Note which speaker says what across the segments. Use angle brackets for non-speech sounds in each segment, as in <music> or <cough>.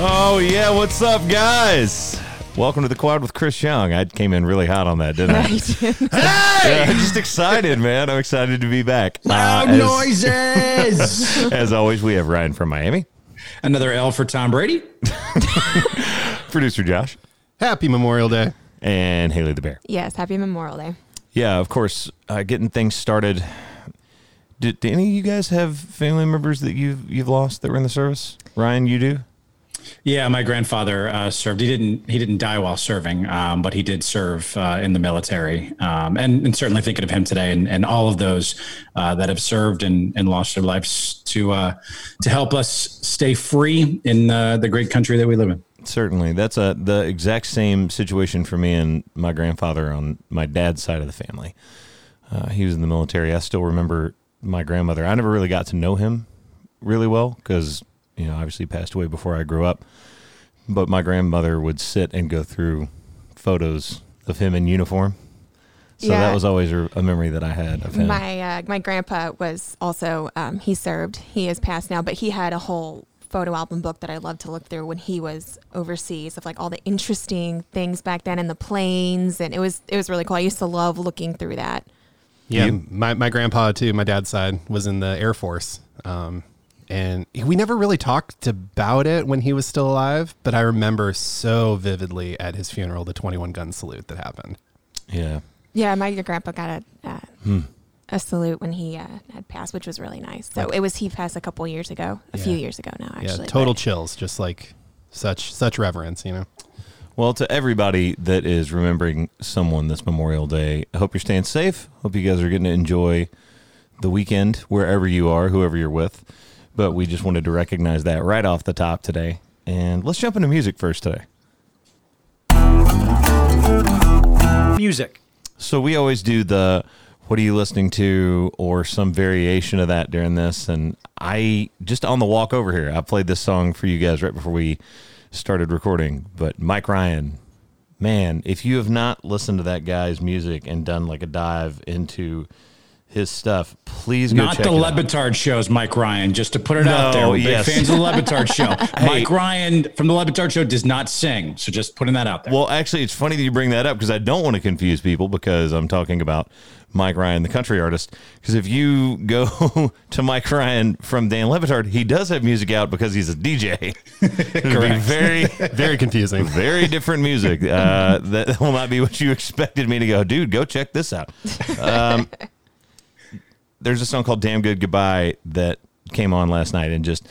Speaker 1: Oh, yeah. What's up, guys? Welcome to the quad with Chris Young. I came in really hot on that, didn't I? Yeah, I'm just excited, man. I'm excited to be back.
Speaker 2: Loud
Speaker 1: Uh, as-
Speaker 3: <laughs>
Speaker 2: noises.
Speaker 1: As always, we have Ryan from Miami,
Speaker 2: <laughs> Another L for Tom Brady.
Speaker 1: producer Josh,
Speaker 3: Happy Memorial Day.
Speaker 1: and Haley the Bear.
Speaker 4: <laughs>
Speaker 3: <laughs>
Speaker 4: yes, happy Memorial Day.
Speaker 1: Yeah, of course, uh, getting things started. Did, did any of you guys have family members that you've, you've lost that were in the service? Ryan, you do?
Speaker 2: Yeah, my grandfather uh, served. He didn't. He didn't die while serving, um, but he did serve uh, in the military. Um, and, and certainly thinking of him today, and, and all of those uh, that have served and, and lost their lives to uh, to help us stay free in uh, the great country that we live in.
Speaker 1: Certainly. That's a the exact same situation for me and my grandfather on my dad's side of the family. Uh, he was in the military. I still remember my grandmother. I never really got to know him really well because, you know, obviously he passed away before I grew up. But my grandmother would sit and go through photos of him in uniform. So that
Speaker 4: Yeah.
Speaker 1: was always a, a memory that I had of him.
Speaker 4: My uh, my grandpa was also um, he served. He is passed now, but he had a whole photo album book that I love to look through when he was overseas of like all the interesting things back then in the planes, and it was it was really cool. I used to love looking through that.
Speaker 3: Yeah, my, my grandpa too. My dad's side was in the Air Force, um, and we never really talked about it when he was still alive. But I remember so vividly at his funeral the twenty-one gun salute that happened.
Speaker 1: yeah.
Speaker 4: Yeah, my grandpa got a uh,
Speaker 3: Hmm.
Speaker 4: a salute when he uh, had passed, which was really nice. So it was he passed a couple years ago, a few
Speaker 3: Yeah.
Speaker 4: years ago now
Speaker 3: Yeah,
Speaker 4: actually.
Speaker 3: total
Speaker 4: but-
Speaker 3: chills, just like such such reverence, you know.
Speaker 1: Well, to everybody that is remembering someone this Memorial Day, I hope you're staying safe. Hope you guys are getting to enjoy the weekend wherever you are, whoever you're with. But we just wanted to recognize that right off the top today. And let's jump into music first today.
Speaker 5: music.
Speaker 1: So we always do the what are you listening to or some variation of that during this. And I just on the walk over here, I played this song for you guys right before we started recording. But Mike Ryan, man, if you have not listened to that guy's music and done like a dive into his stuff, please go
Speaker 2: Not
Speaker 1: check
Speaker 2: the
Speaker 1: it out.
Speaker 2: Lebetard shows, Mike Ryan. Just to put it
Speaker 1: No,
Speaker 2: out there, we're
Speaker 1: yes.
Speaker 2: big fans of the Lebetard
Speaker 1: <laughs>
Speaker 2: show. Mike Ryan from the Lebetard show does not sing, so just putting that out there.
Speaker 1: Well, actually, it's funny that you bring that up because I don't want to confuse people because I'm talking about Mike Ryan, the country artist. Because if you <laughs> go to Mike Ryan from Dan Levitard, he does have music out because he's a DJ. <laughs> It'd be very,
Speaker 3: Very confusing.
Speaker 1: very different music. Uh, that <laughs> will not be what you expected me to go, dude. Go check this out. Um, there's a song called "Damn Good Goodbye" that came on last night and just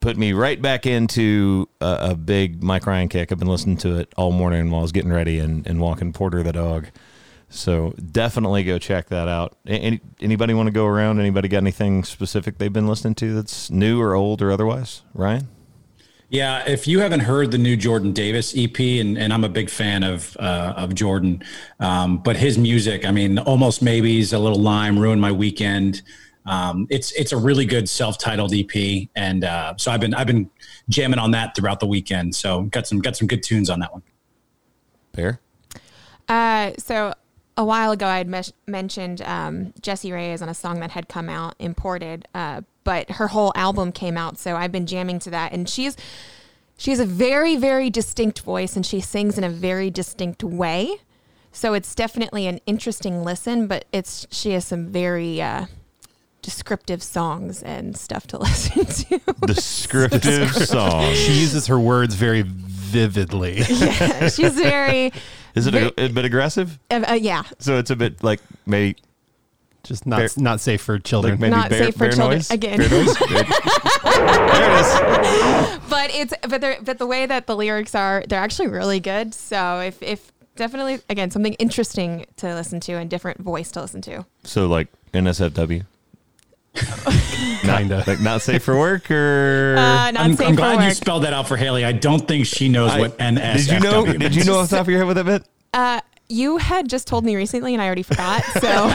Speaker 1: put me right back into a, a big Mike Ryan kick. I've been listening to it all morning while I was getting ready and, and walking Porter the dog. So definitely go check that out. A- Any, anybody want to go around? Anybody got anything specific they've been listening to that's new or old or otherwise? Ryan.
Speaker 2: Yeah, if you haven't heard the new Jordan Davis EP, and, and I'm a big fan of uh, of Jordan, um, but his music, I mean, almost maybe's a little lime ruined my weekend. Um, it's it's a really good self titled EP, and uh, so I've been I've been jamming on that throughout the weekend. So got some got some good tunes on that one.
Speaker 1: Bear.
Speaker 4: Uh, so a while ago, I had mes- mentioned um, Jessie Reyes on a song that had come out imported, uh, but her whole album came out, so I've been jamming to that, and she's she has a very very distinct voice, and she sings in a very distinct way. So it's definitely an interesting listen, but it's she has some very uh, descriptive songs and stuff to <laughs> listen to.
Speaker 1: <laughs> Descriptive song.
Speaker 3: She uses her words very vividly.
Speaker 4: She's very,
Speaker 1: Is it
Speaker 4: Very-
Speaker 1: a, a bit aggressive?
Speaker 4: uh, uh, yeah,
Speaker 1: So it's a bit like maybe
Speaker 3: Just not
Speaker 1: Fair.
Speaker 3: not safe for children.
Speaker 1: like maybe
Speaker 4: Not
Speaker 1: bear,
Speaker 4: safe for
Speaker 1: bear
Speaker 4: children.
Speaker 1: noise
Speaker 4: Again.
Speaker 1: Bear
Speaker 4: <laughs>
Speaker 1: noise? Bear- there it is.
Speaker 4: but it's but they're but the way that the lyrics are they're actually really good so if if definitely again something interesting to listen to and different voice to listen to
Speaker 1: So like NSFW,
Speaker 3: Kinda.
Speaker 1: like not safe for work or.
Speaker 4: uh, not
Speaker 2: I'm,
Speaker 4: safe
Speaker 2: I'm
Speaker 4: for
Speaker 2: glad you
Speaker 4: work
Speaker 2: spelled that out for Haley. I don't think she knows
Speaker 1: I-
Speaker 2: what NSFW.
Speaker 1: did you know? Did you
Speaker 2: means.
Speaker 1: know off the top of your head what that meant?
Speaker 4: uh, you had just told me recently and i
Speaker 1: <laughs>
Speaker 4: already forgot so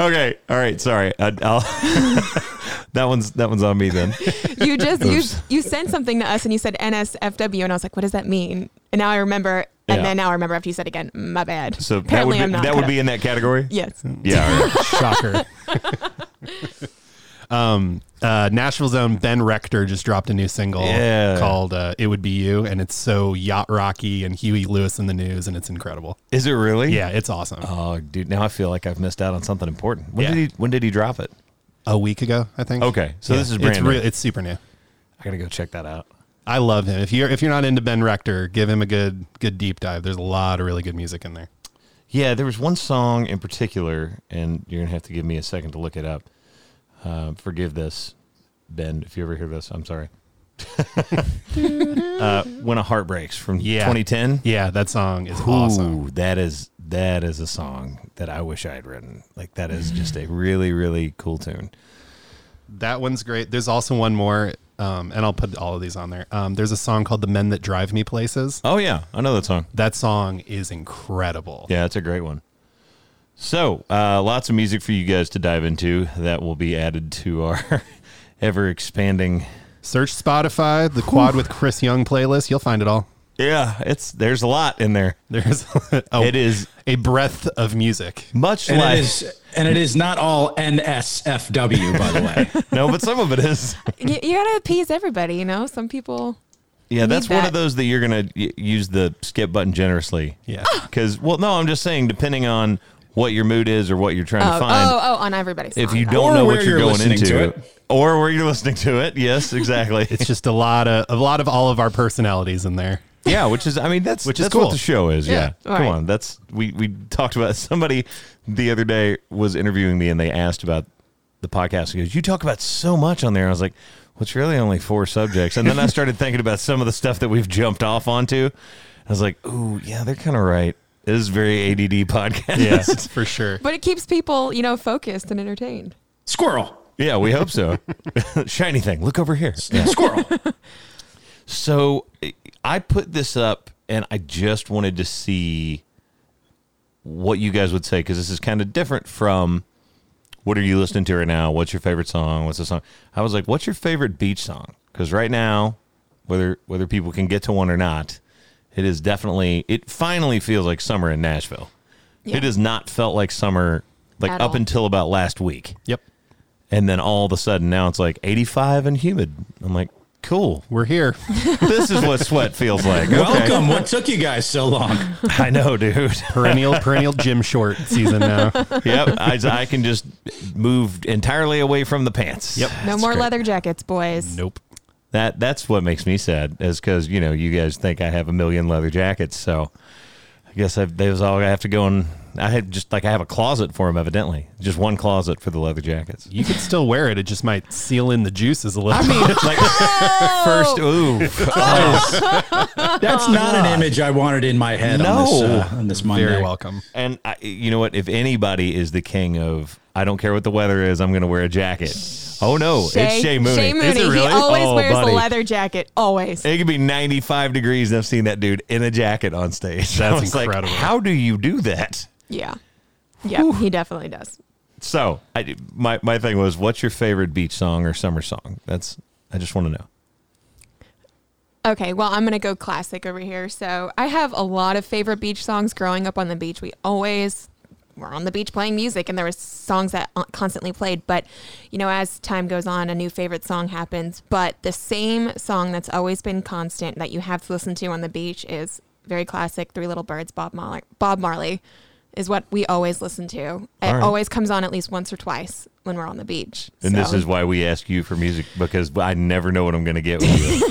Speaker 1: Okay, all right, sorry. I, I'll, <laughs> that one's that one's on me then.
Speaker 4: you just you
Speaker 1: Oops.
Speaker 4: you sent something to us and you said nsfw and i was like what does that mean and now i remember and
Speaker 1: Yeah.
Speaker 4: then now i remember after you said again my bad
Speaker 1: So that would
Speaker 4: apparently
Speaker 1: be,
Speaker 4: i'm not
Speaker 1: that would be
Speaker 4: gonna-
Speaker 1: in that category.
Speaker 4: yes
Speaker 1: Yeah. all right.
Speaker 3: Shocker. <laughs> um, uh, Nashville's own Ben Rector just dropped a new single
Speaker 1: Yeah.
Speaker 3: called uh, "It Would Be You," and it's so yacht rocky and Huey Lewis in the news, and it's incredible.
Speaker 1: Is it really?
Speaker 3: Yeah, it's awesome.
Speaker 1: Oh, dude, now I feel like I've missed out on something important. When
Speaker 3: Yeah.
Speaker 1: did he when did he drop it?
Speaker 3: a week ago, I think.
Speaker 1: Okay, so this is brand
Speaker 3: it's
Speaker 1: new.
Speaker 3: it's super new.
Speaker 1: I gotta go check that out.
Speaker 3: I love him. If you're if you're not into Ben Rector, give him a good good deep dive. There's a lot of really good music in there.
Speaker 1: Yeah, there was one song in particular, and you're gonna have to give me a second to look it up. Uh, forgive this, Ben, if you ever hear this. I'm sorry. uh, when a heart breaks from 2010.
Speaker 3: Yeah, that song is
Speaker 1: Ooh,
Speaker 3: awesome.
Speaker 1: that is that is a song that I wish I had written. Like that is just a really really cool tune.
Speaker 3: That one's great. There's also one more, um, and I'll put all of these on there. Um, there's a song called "The Men That Drive Me Places."
Speaker 1: Oh yeah, I know that song.
Speaker 3: That song is incredible.
Speaker 1: Yeah, that's a great one. So, uh, lots of music for you guys to dive into that will be added to our <laughs> ever expanding.
Speaker 3: Search Spotify, the Quad with Chris Young playlist. You'll find it all.
Speaker 1: Yeah, it's there's a lot in there.
Speaker 3: There's <laughs> a,
Speaker 1: It is
Speaker 3: a breath of music.
Speaker 1: much
Speaker 2: And
Speaker 1: like
Speaker 2: it is, and it is not all NSFW, by the way.
Speaker 1: <laughs> <laughs> no, but some of it
Speaker 2: <laughs>
Speaker 1: is.
Speaker 4: you, you gotta appease everybody, you know. Some people,
Speaker 1: Yeah, that's one
Speaker 4: that.
Speaker 1: of those that you're gonna y- use the skip button generously.
Speaker 3: Yeah.
Speaker 1: because well, no, I'm just saying depending on what your mood is or what you're trying
Speaker 4: oh,
Speaker 1: to find.
Speaker 4: oh, oh, on everybody's.
Speaker 1: if
Speaker 4: song.
Speaker 1: you don't
Speaker 2: Or
Speaker 1: know
Speaker 2: where
Speaker 1: what you're,
Speaker 2: you're
Speaker 1: going
Speaker 2: listening
Speaker 1: into,
Speaker 2: to it.
Speaker 1: or where you're listening to it, yes, exactly.
Speaker 2: <laughs>
Speaker 3: It's just a lot of a lot of all of our personalities in there.
Speaker 1: Yeah, which is I mean that's
Speaker 3: Which is
Speaker 1: that's
Speaker 3: cool.
Speaker 1: what the show is. Yeah,
Speaker 4: Yeah, all
Speaker 1: come
Speaker 4: right.
Speaker 1: on, that's we we talked about <laughs> somebody the other day was interviewing me and they asked about the podcast. He goes, "You talk about so much on there." I was like, "Well, it's really only four subjects." And then I started thinking about some of the stuff that we've jumped off onto. I was like, "Ooh, yeah, they're kind of right." It is very ADD
Speaker 3: <laughs>
Speaker 1: podcast.
Speaker 3: for sure.
Speaker 4: but it keeps people, you know, focused and entertained.
Speaker 2: Squirrel.
Speaker 1: Yeah, we hope so. <laughs> Shiny thing, look over here.
Speaker 2: Squirrel.
Speaker 1: So I put this up, and I just wanted to see what you guys would say because this is kind of different from what are you listening to right now? What's your favorite song? What's the song? I was like, what's your favorite beach song? Because right now, whether whether people can get to one or not, it is definitely it finally feels like summer in Nashville.
Speaker 4: Yeah.
Speaker 1: It has not felt like summer like
Speaker 4: At
Speaker 1: up
Speaker 4: all.
Speaker 1: until about last week.
Speaker 3: Yep.
Speaker 1: And then all of a sudden now it's like 85 and humid. I'm like, cool.
Speaker 3: We're here.
Speaker 1: This is what sweat feels like. Okay.
Speaker 2: Welcome. What took you guys so long?
Speaker 1: I know, dude. <laughs>
Speaker 3: Perennial perennial gym short season now.
Speaker 1: yep. I, I can just move entirely away from the pants.
Speaker 3: Yep.
Speaker 4: No
Speaker 1: That's
Speaker 4: more
Speaker 1: great.
Speaker 4: leather jackets, boys.
Speaker 3: Nope.
Speaker 1: That that's what makes me sad is because you know you guys think I have a million leather jackets, so I guess I've, those all I have to go and I had just like I have a closet for them, evidently, just one closet for the leather jackets.
Speaker 3: You could still wear it. It just might seal in the juices a little.
Speaker 1: I
Speaker 3: <laughs>
Speaker 1: mean, like <laughs> first, ooh,
Speaker 2: That's not an image I wanted in my head on, this, uh, on this Monday.
Speaker 3: Very welcome.
Speaker 1: <laughs> and I, you know what? If anybody is the king of, I don't care what the weather is, I'm going to wear a jacket. Oh no, it's Shay Mooney.
Speaker 4: Shay Mooney.
Speaker 1: Is it really?
Speaker 4: He always
Speaker 1: Oh,
Speaker 4: wears
Speaker 1: buddy.
Speaker 4: a leather jacket. Always.
Speaker 1: It could be 95 degrees, and I've seen that dude in a jacket on stage. <laughs> I
Speaker 3: That's
Speaker 1: was like,
Speaker 3: incredible.
Speaker 1: How do you do that?
Speaker 4: yeah. Yeah. He definitely does.
Speaker 1: So, I, my my thing was, what's your favorite beach song or summer song? That's I just want to know.
Speaker 4: Okay, well, I'm going to go classic over here. So, I have a lot of favorite beach songs growing up on the beach. We always were on the beach playing music, and there was songs that uh, constantly played. But, you know, as time goes on, a new favorite song happens. But the same song that's always been constant that you have to listen to on the beach is very classic Three Little Birds, Bob Marley. Bob Marley is what we always listen to. It
Speaker 1: All right.
Speaker 4: always comes on at least once or twice when we're on the beach.
Speaker 1: And this
Speaker 4: So-
Speaker 1: is why we ask you for music because I never know what I'm going to get with you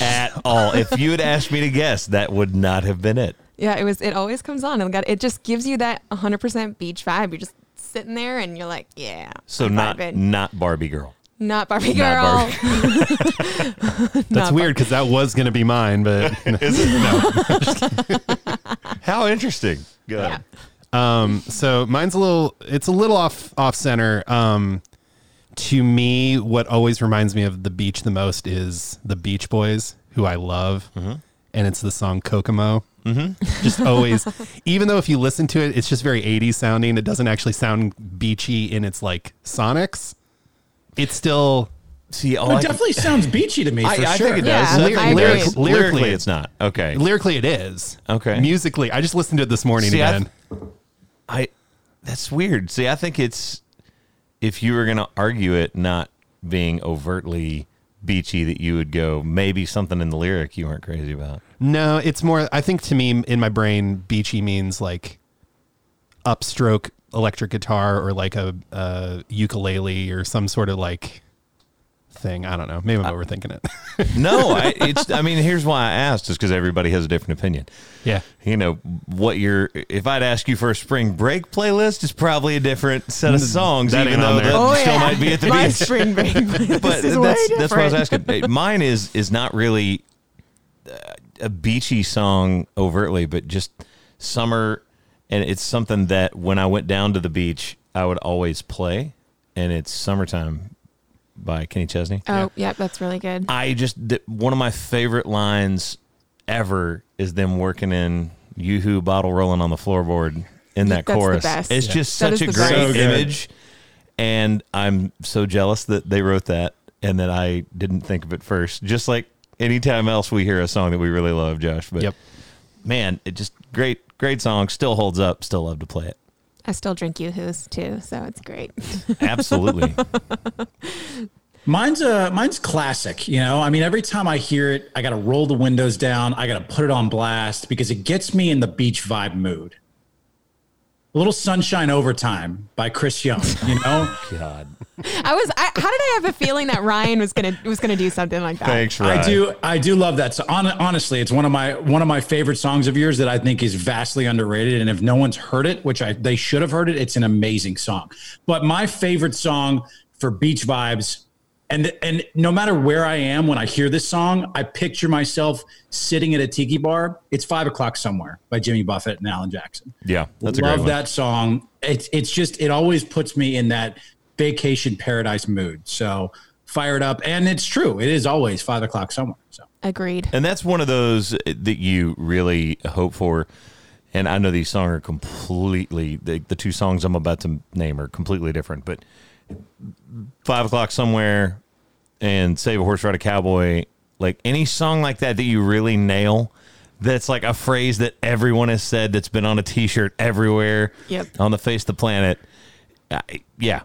Speaker 1: at all. If you had asked me to guess, that would not have been it.
Speaker 4: Yeah, it was. It always comes on, and got, it just gives you that 100% beach vibe. You're just sitting there, and you're like, yeah.
Speaker 1: So
Speaker 4: I'm
Speaker 1: not
Speaker 4: vibing.
Speaker 1: not Barbie girl.
Speaker 4: not Barbie girl.
Speaker 1: not
Speaker 4: <laughs>
Speaker 3: That's weird because that was going to be mine, but
Speaker 1: <laughs> Is it? No. How interesting. Good.
Speaker 4: Yeah.
Speaker 3: um, so mine's a little. It's a little off off center. Um, to me, what always reminds me of the beach the most is the Beach Boys, who I love,
Speaker 1: Mm-hmm.
Speaker 3: and it's the song Kokomo. Mm-hmm.
Speaker 1: <laughs>
Speaker 3: Just always, even though if you listen to it, it's just very 80s sounding. It doesn't actually sound beachy in its like sonics. It's still
Speaker 1: See, all
Speaker 2: It
Speaker 1: I can-
Speaker 2: definitely sounds beachy to me, for
Speaker 1: I, I
Speaker 2: sure.
Speaker 1: think it
Speaker 4: Yeah,
Speaker 1: does.
Speaker 4: I
Speaker 1: Lyric- lyrically,
Speaker 4: agree.
Speaker 3: Lyrically,
Speaker 1: it's not. Okay.
Speaker 3: lyrically it is
Speaker 1: Okay.
Speaker 3: Musically, I just listened to it this morning
Speaker 1: See, I
Speaker 3: again.
Speaker 1: th- I that's weird. See, I think it's if you were going to argue it not being overtly beachy that you would go maybe something in the lyric you weren't crazy about.
Speaker 3: No, it's more. I think to me, in my brain, beachy means like upstroke electric guitar or like a, a ukulele or some sort of like thing. I don't know. Maybe I'm
Speaker 1: Uh,
Speaker 3: overthinking
Speaker 1: <laughs>
Speaker 3: it.
Speaker 1: No, I, it's. I mean, here's why I asked is because everybody has a different opinion.
Speaker 3: yeah.
Speaker 1: You know what your if I'd ask you for a spring break playlist, it's probably a different set of songs,
Speaker 3: Mm, That
Speaker 1: even
Speaker 3: ain't on
Speaker 1: though
Speaker 3: there.
Speaker 1: that still might be at the
Speaker 4: Oh, <laughs> My
Speaker 1: beach.
Speaker 4: spring
Speaker 1: <laughs>
Speaker 4: break.
Speaker 1: but
Speaker 4: this is
Speaker 1: that's
Speaker 4: way
Speaker 1: that's what I was
Speaker 4: different.
Speaker 1: asking. Uh, Mine is is not really uh, a beachy song overtly, but just summer, and it's something that when I went down to the beach, I would always play, and it's "Summertime" by Kenny Chesney.
Speaker 4: Oh, yep, that's really good.
Speaker 1: I just th- one of my favorite lines ever is them working in "Yoo-Hoo Bottle Rolling on the Floorboard" in that
Speaker 4: That's the
Speaker 1: chorus.
Speaker 4: best.
Speaker 1: It's
Speaker 4: Yeah.
Speaker 1: just
Speaker 4: That
Speaker 1: such a
Speaker 4: is
Speaker 1: great
Speaker 4: the best.
Speaker 2: So good.
Speaker 1: image, and I'm so jealous that they wrote that and that I didn't think of it first. Just like anytime else we hear a song that we really love, Josh. But
Speaker 3: <laughs> Yep.
Speaker 1: man, it just great, great song. Still holds up. Still love to play it.
Speaker 4: I still drink yoo-hoos too, so it's great.
Speaker 1: Absolutely.
Speaker 2: Mine's a mine's classic, you know. I mean, every time I hear it, I gotta roll the windows down. I gotta put it on blast because it gets me in the beach vibe mood. A little sunshine overtime by Chris Young, you know.
Speaker 1: God,
Speaker 4: I was. I, how did I have a feeling that Ryan was gonna was gonna do something like that?
Speaker 1: <laughs> thanks, Ryan.
Speaker 2: I do I do love that. So on, honestly, it's one of my one of my favorite songs of yours that I think is vastly underrated. And if no one's heard it, which I they should have heard it, it's an amazing song. But my favorite song for beach vibes, and and no matter where I am when I hear this song, I picture myself sitting at a tiki bar. It's five o'clock somewhere by Jimmy Buffett and Alan Jackson.
Speaker 1: Yeah, that's a
Speaker 2: love
Speaker 1: great one.
Speaker 2: that song. It's it's just it always puts me in that vacation paradise mood. So fired up, and it's true. It is always five o'clock somewhere. So
Speaker 4: Agreed.
Speaker 1: And that's one of those uh, that you really hope for. And I know these songs are completely the, the two songs I'm about to name are completely different, but five o'clock somewhere and save a horse, ride a cowboy, like any song like that that you really nail. That's like a phrase that everyone has said that's been on a T-shirt everywhere
Speaker 4: Yep.
Speaker 1: on the face of the planet. I, yeah,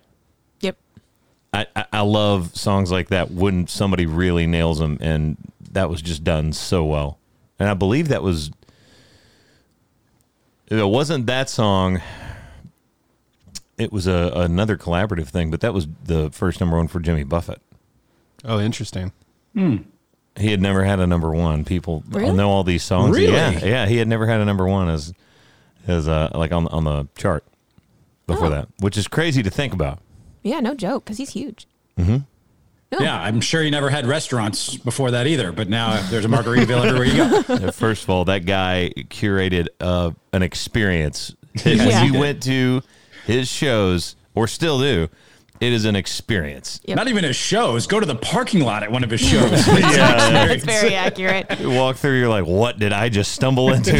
Speaker 4: Yep.
Speaker 1: I, I- I love songs like that when somebody really nails them, and that was just done so well. And I believe that was if it wasn't that song. It was a another collaborative thing, but that was the first number one for Jimmy Buffett.
Speaker 3: Oh, interesting.
Speaker 1: He had never had a number one. People
Speaker 4: Really?
Speaker 1: know all these songs.
Speaker 2: Really?
Speaker 1: Yeah, yeah. He had never had a number one as as uh, like on on the chart before
Speaker 4: Oh.
Speaker 1: that, which is crazy to think about.
Speaker 4: Yeah, no joke, because he's huge. <laughs> Oh.
Speaker 2: yeah, I'm sure you never had restaurants before that either. But now there's a Margaritaville everywhere you go.
Speaker 1: Uh, First of all, that guy curated uh, an experience.
Speaker 4: Yeah.
Speaker 1: When you went to his shows, or still do, it is an experience.
Speaker 4: <laughs> Yep.
Speaker 2: Not even his shows. Go to the parking lot at one of
Speaker 4: <laughs>
Speaker 2: his shows. yeah,
Speaker 4: That's very
Speaker 1: <laughs>
Speaker 4: accurate.
Speaker 1: You walk through, you're like, what did I just stumble into?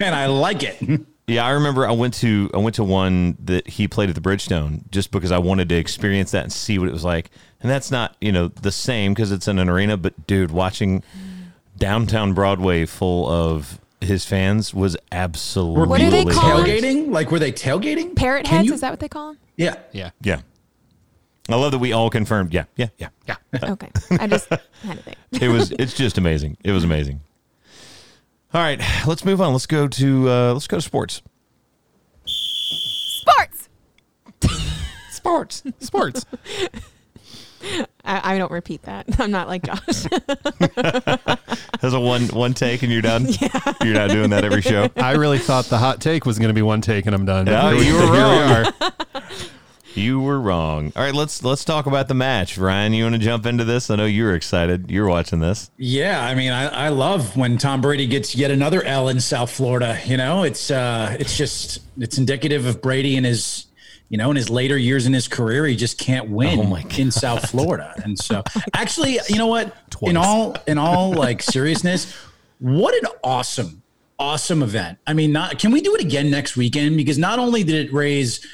Speaker 2: and I like it.
Speaker 1: yeah, I remember I went to I went to one that he played at the Bridgestone just because I wanted to experience that and see what it was like. And that's not you know the same because it's in an arena, but dude, watching downtown Broadway full of his fans was absolutely
Speaker 4: What do they call it?
Speaker 2: Tailgating? Like were they tailgating?
Speaker 4: Parrot
Speaker 2: Can
Speaker 4: heads,
Speaker 2: you-
Speaker 4: is that what they call them?
Speaker 2: Yeah.
Speaker 3: Yeah.
Speaker 1: Yeah. I love that we all confirmed. Yeah, yeah, yeah, yeah.
Speaker 4: Okay, I just had
Speaker 1: <laughs>
Speaker 4: to think.
Speaker 1: It was. It's just amazing. It was amazing. All right, let's move on. Let's go to uh, let's go to sports.
Speaker 4: Sports.
Speaker 3: Sports. <laughs> Sports.
Speaker 4: I, I don't repeat that. <laughs> I'm not
Speaker 1: <laughs>
Speaker 4: like Josh.
Speaker 1: That's a one one take, and you're done. You're not doing that every show.
Speaker 3: I really thought the hot take was going to be one take and I'm done. but
Speaker 1: Yeah,
Speaker 3: here we-
Speaker 1: you were
Speaker 3: here we
Speaker 1: wrong.
Speaker 3: are.
Speaker 1: You were wrong. All right, let's let's talk about the match. Ryan, you want to jump into this? I know you're excited. You're watching this.
Speaker 2: Yeah, I mean, I, I love when Tom Brady gets yet another L in South Florida. You know, it's uh, it's just it's indicative of Brady and his, you know, in his later years in his career, he just can't win
Speaker 1: Oh my
Speaker 2: in South Florida.
Speaker 1: <laughs>
Speaker 2: And so, actually, you know what?
Speaker 3: Twice.
Speaker 2: In all in all like seriousness, what an awesome awesome event. I mean, not can we do it again next weekend? Because not only did it raise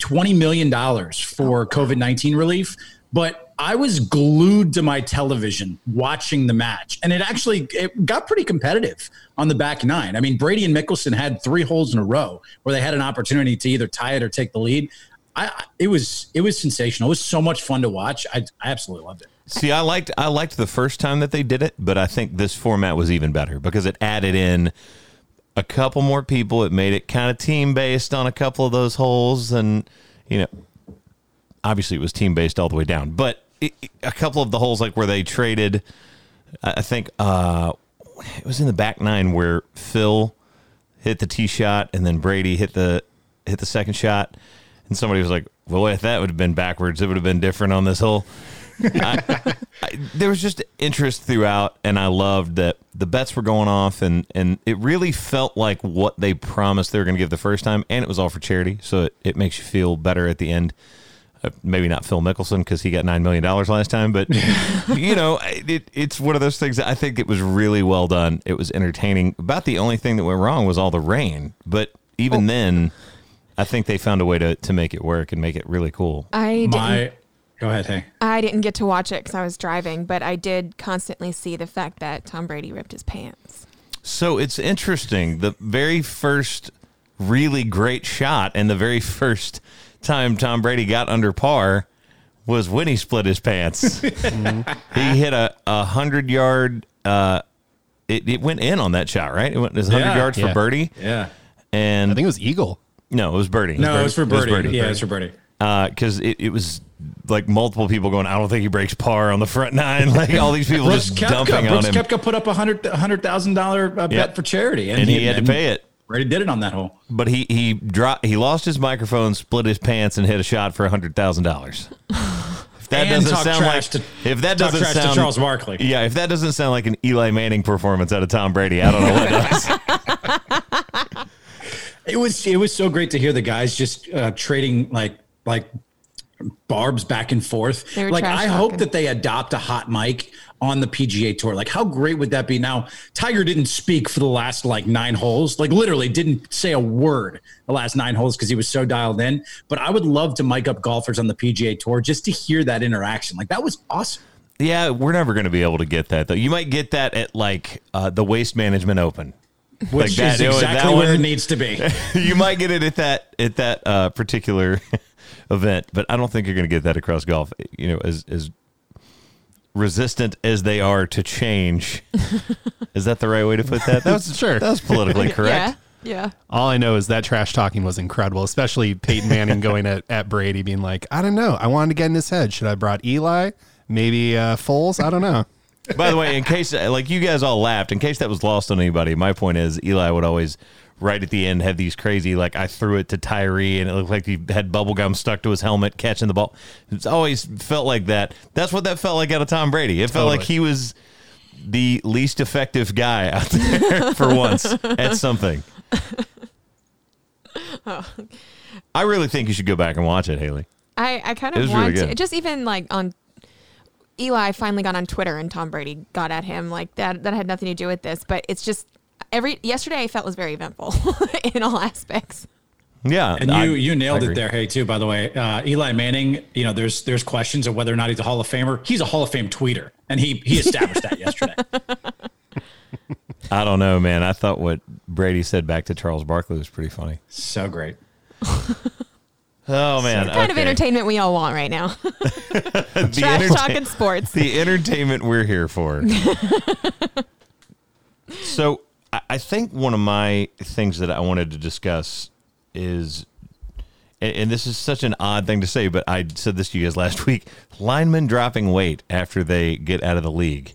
Speaker 2: $20 million for COVID 19 relief. But I was glued to my television watching the match. And it actually it got pretty competitive on the back nine. I mean, Brady and Mickelson had three holes in a row where they had an opportunity to either tie it or take the lead. I, I it was it was sensational. It was so much fun to watch. I, I absolutely loved it.
Speaker 1: See, I liked I liked the first time that they did it, but I think this format was even better because it added in a couple more people. It made it kind of team based on a couple of those holes, and you know, obviously it was team based all the way down. But it, it- a couple of the holes, like where they traded, I I think uh, it was in the back nine where Phil hit the tee shot, and then Brady hit the hit the second shot, and somebody was like, "Well, if that would have been backwards, it would have been different on this hole." there was just interest throughout, and I loved that the bets were going off, and and it really felt like what they promised they were going to give the first time, and it was all for charity, so it, it makes you feel better at the end. Uh, maybe not Phil Mickelson because he got nine million dollars last time, but you know, it, it's one of those things. That I think it was really well done. It was entertaining. About the only thing that went wrong was all the rain, but even then. I think they found a way to, to make it work and make it really cool.
Speaker 4: I didn't.
Speaker 2: My go ahead, hey.
Speaker 4: I didn't get to watch it because I was driving, but I did constantly see the fact that Tom Brady ripped his pants.
Speaker 1: So it's interesting. The very first really great shot and the very first time Tom Brady got under par was when he split his pants. <laughs> he hit a, a hundred yard. Uh, it, it went in on that shot, right? It went it was hundred
Speaker 2: Yeah.
Speaker 1: yards for
Speaker 3: Yeah.
Speaker 1: birdie,
Speaker 2: Yeah.
Speaker 1: and
Speaker 3: I think it was Eagle.
Speaker 1: no, it was birdie.
Speaker 2: No, it's for Birdie.
Speaker 1: birdie.
Speaker 2: Yeah, it's for Birdie.
Speaker 1: because it, it was like multiple people going. I don't think he breaks par on the front nine. <laughs> Like all these people
Speaker 2: Brooks
Speaker 1: just dumping
Speaker 2: Kepka.
Speaker 1: on
Speaker 2: Brooks
Speaker 1: him,
Speaker 2: Koepka put up a hundred hundred thousand dollar uh, bet
Speaker 1: Yep.
Speaker 2: for charity,
Speaker 1: and he had to pay it.
Speaker 2: Brady did it on that hole.
Speaker 1: but he he dropped he lost his microphone, split his pants, and hit a shot for hundred thousand dollars. If that
Speaker 2: And
Speaker 1: doesn't
Speaker 2: talk
Speaker 1: sound like
Speaker 2: trash to-
Speaker 1: if that
Speaker 2: talk
Speaker 1: doesn't
Speaker 2: trash to
Speaker 1: sound
Speaker 2: Charles Barkley.
Speaker 1: yeah, if that doesn't sound like an Eli Manning performance out of Tom Brady, I don't
Speaker 2: <laughs>
Speaker 1: know what does.
Speaker 2: It was it was so great to hear the guys just uh, trading like like barbs back and forth.
Speaker 4: They were
Speaker 2: Like
Speaker 4: trash
Speaker 2: I
Speaker 4: talking.
Speaker 2: hope that they adopt a hot mic on the PGA tour. Like how great would that be? Now Tiger didn't speak for the last like nine holes. Like literally didn't say a word the last nine holes because he was so dialed in. But I would love to mic up golfers on the PGA tour just to hear that interaction. Like that was awesome.
Speaker 1: yeah, we're never going to be able to get that though. You might get that at like uh, the Waste Management Open.
Speaker 2: Which
Speaker 1: that-
Speaker 2: is
Speaker 1: that
Speaker 2: exactly where
Speaker 1: one-
Speaker 2: it needs to be.
Speaker 1: <laughs> you might get it at that at that uh, particular <laughs> event, but I don't think you're going to get that across golf. You know, as as resistant as they are to change, is that the right way to put that? That was
Speaker 3: Sure.
Speaker 1: that was politically correct. Oh.
Speaker 4: Yeah.
Speaker 3: All I know is that trash talking was incredible, especially Peyton <laughs> Manning going at, at Brady, being like, I don't know. I wanted to get in his head. Should I brought Eli? Maybe uh, Foles? I don't know.
Speaker 1: By the way, in case like you guys all laughed, in case that was lost on anybody, my point is Eli would always. Right at the end, have these crazy like I threw it to Tyree and it looked like he had bubble gum stuck to his helmet catching the ball. It's always felt like that. That's what that felt like out of Tom Brady. It felt like
Speaker 3: Totally.
Speaker 1: he was the least effective guy out <laughs> there for once at something. I really think you should go back and watch it, Haley.
Speaker 4: I, I kind
Speaker 1: It
Speaker 4: of
Speaker 1: was really
Speaker 4: want to
Speaker 1: good.
Speaker 4: just even like on Eli finally got on Twitter and Tom Brady got at him like that that had nothing to do with this, but it's just every yesterday I felt was very eventful <laughs> in all aspects.
Speaker 1: Yeah,
Speaker 2: And you
Speaker 1: I-
Speaker 2: you
Speaker 1: I
Speaker 2: nailed
Speaker 1: agree.
Speaker 2: it there, hey too. By the way, uh, Eli Manning. You know, there's there's questions of whether or not he's a Hall of Famer. He's a Hall of Fame tweeter, and he he established
Speaker 1: <laughs>
Speaker 2: that yesterday.
Speaker 1: I don't know, man. I thought what Brady said back to Charles Barkley was pretty funny.
Speaker 2: So great.
Speaker 1: Oh man,
Speaker 4: It's kind of entertainment we all want right now. <laughs> Trash
Speaker 1: entertain-
Speaker 4: talk and sports.
Speaker 1: the entertainment we're here for. so I- I think one of my things that I wanted to discuss is, and, and this is such an odd thing to say, but I said this to you guys last <laughs> week: linemen dropping weight after they get out of the league.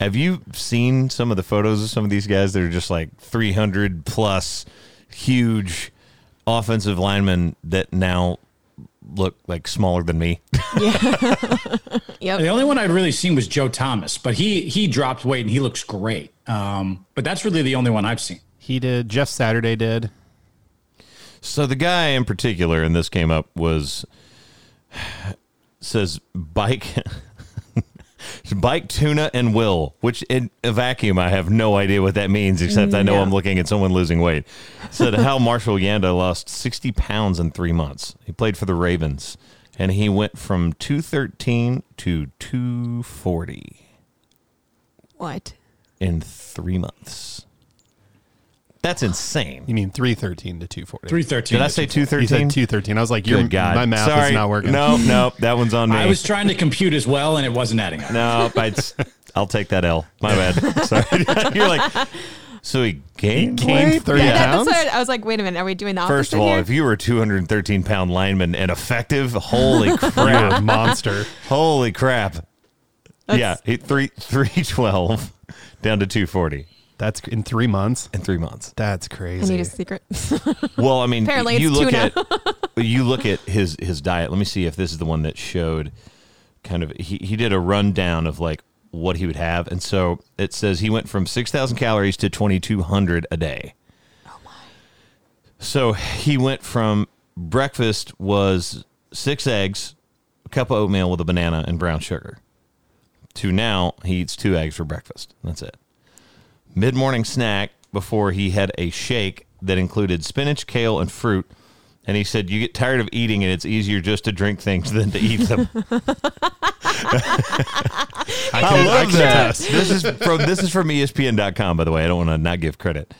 Speaker 1: Have you seen some of the photos of some of these guys that are just like 300 plus huge offensive linemen that now look like smaller than me?
Speaker 2: The
Speaker 4: Yep.
Speaker 2: only one I'd really seen was Joe Thomas, but he he dropped weight and he looks great. Um, but that's really the only one I've seen.
Speaker 3: <laughs> He did. Jeff Saturday did.
Speaker 1: So the guy in particular, and this came up, was says bike, <laughs> bike tuna and will, which in a vacuum I have no idea what that means, except I know
Speaker 4: No.
Speaker 1: I'm looking at someone losing weight. Said <laughs> how Marshall Yanda lost 60 pounds in three months. He played for the Ravens, and he went from 213 to 240
Speaker 4: What?
Speaker 1: in three months. That's insane.
Speaker 3: You mean 313 to 240.
Speaker 2: Three thirteen.
Speaker 1: Did I say two
Speaker 3: You
Speaker 1: thirteen?
Speaker 3: said 213. I was like, your,
Speaker 1: Good God,
Speaker 3: my math
Speaker 1: Sorry.
Speaker 3: is not working.
Speaker 1: No, no, that one's on me.
Speaker 2: <laughs>
Speaker 1: <laughs>
Speaker 2: I was trying to compute as well, and it wasn't adding up.
Speaker 1: no, I, I'll take that L. My
Speaker 3: <laughs>
Speaker 1: bad. <laughs> Sorry. You're like, so he gained
Speaker 3: gained
Speaker 1: weight?
Speaker 3: 30
Speaker 1: Yeah.
Speaker 3: pounds?
Speaker 4: That's what I was like. Wait a minute, are we doing the
Speaker 1: First
Speaker 4: opposite
Speaker 1: of all,
Speaker 4: here?
Speaker 1: if you were a 213 pound lineman and effective,
Speaker 3: <laughs>
Speaker 1: holy
Speaker 3: You're
Speaker 1: crap! <laughs>
Speaker 3: a monster.
Speaker 1: holy crap!
Speaker 4: That's-
Speaker 1: yeah, he, three three twelve down to 240
Speaker 3: That's in three months.
Speaker 1: in three months.
Speaker 3: That's
Speaker 4: I need
Speaker 3: crazy.
Speaker 4: a secret. <laughs>
Speaker 1: Well, I mean,
Speaker 4: Apparently
Speaker 1: you
Speaker 4: it's
Speaker 1: look
Speaker 4: tuna.
Speaker 1: at you look at his his diet. Let me see if this is the one that showed kind of he he did a rundown of like what he would have, and so it says he went from six thousand calories to twenty two hundred a day.
Speaker 4: Oh,
Speaker 1: So he went from breakfast was six eggs, a cup of oatmeal with a banana and brown sugar, to now he eats two eggs for breakfast. That's it mid morning snack before he had a shake that included spinach, kale, and fruit. And he said, You get tired of eating and it's easier just to drink things than to eat them.
Speaker 3: I,
Speaker 1: I
Speaker 3: can- I
Speaker 1: love
Speaker 3: can
Speaker 1: that.
Speaker 3: attest.
Speaker 1: This is from this is from E ESPN.com, by the way. I don't want to not give credit.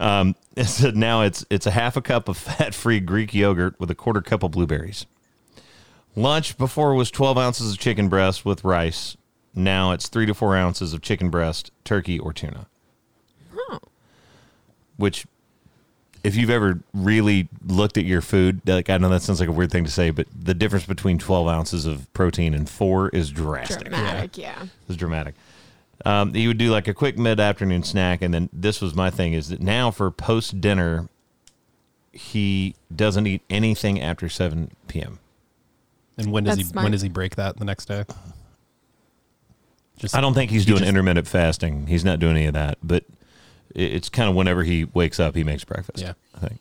Speaker 1: Um, <laughs> it said now it's it's a half a cup of <laughs> fat free Greek yogurt with a quarter cup of blueberries. Lunch before was twelve ounces of chicken breast with rice. Now it's three to four ounces of chicken breast, turkey, or tuna. Which if you've ever really looked at your food, like I know that sounds like a weird thing to say, but the difference between twelve ounces of protein and four is drastic.
Speaker 4: Dramatic, yeah.
Speaker 1: It was dramatic. Um, he would do like a quick mid afternoon snack, and then this was my thing: is that now for post dinner, he doesn't eat anything after seven p.m.
Speaker 3: And when does
Speaker 4: That's
Speaker 3: he
Speaker 4: smart.
Speaker 3: when does he break that the next day? Just
Speaker 1: I don't think he's doing
Speaker 3: just-
Speaker 1: intermittent fasting. He's not doing any of that, but it- it's kind of whenever he wakes up, he makes breakfast.
Speaker 3: Yeah.
Speaker 1: I think.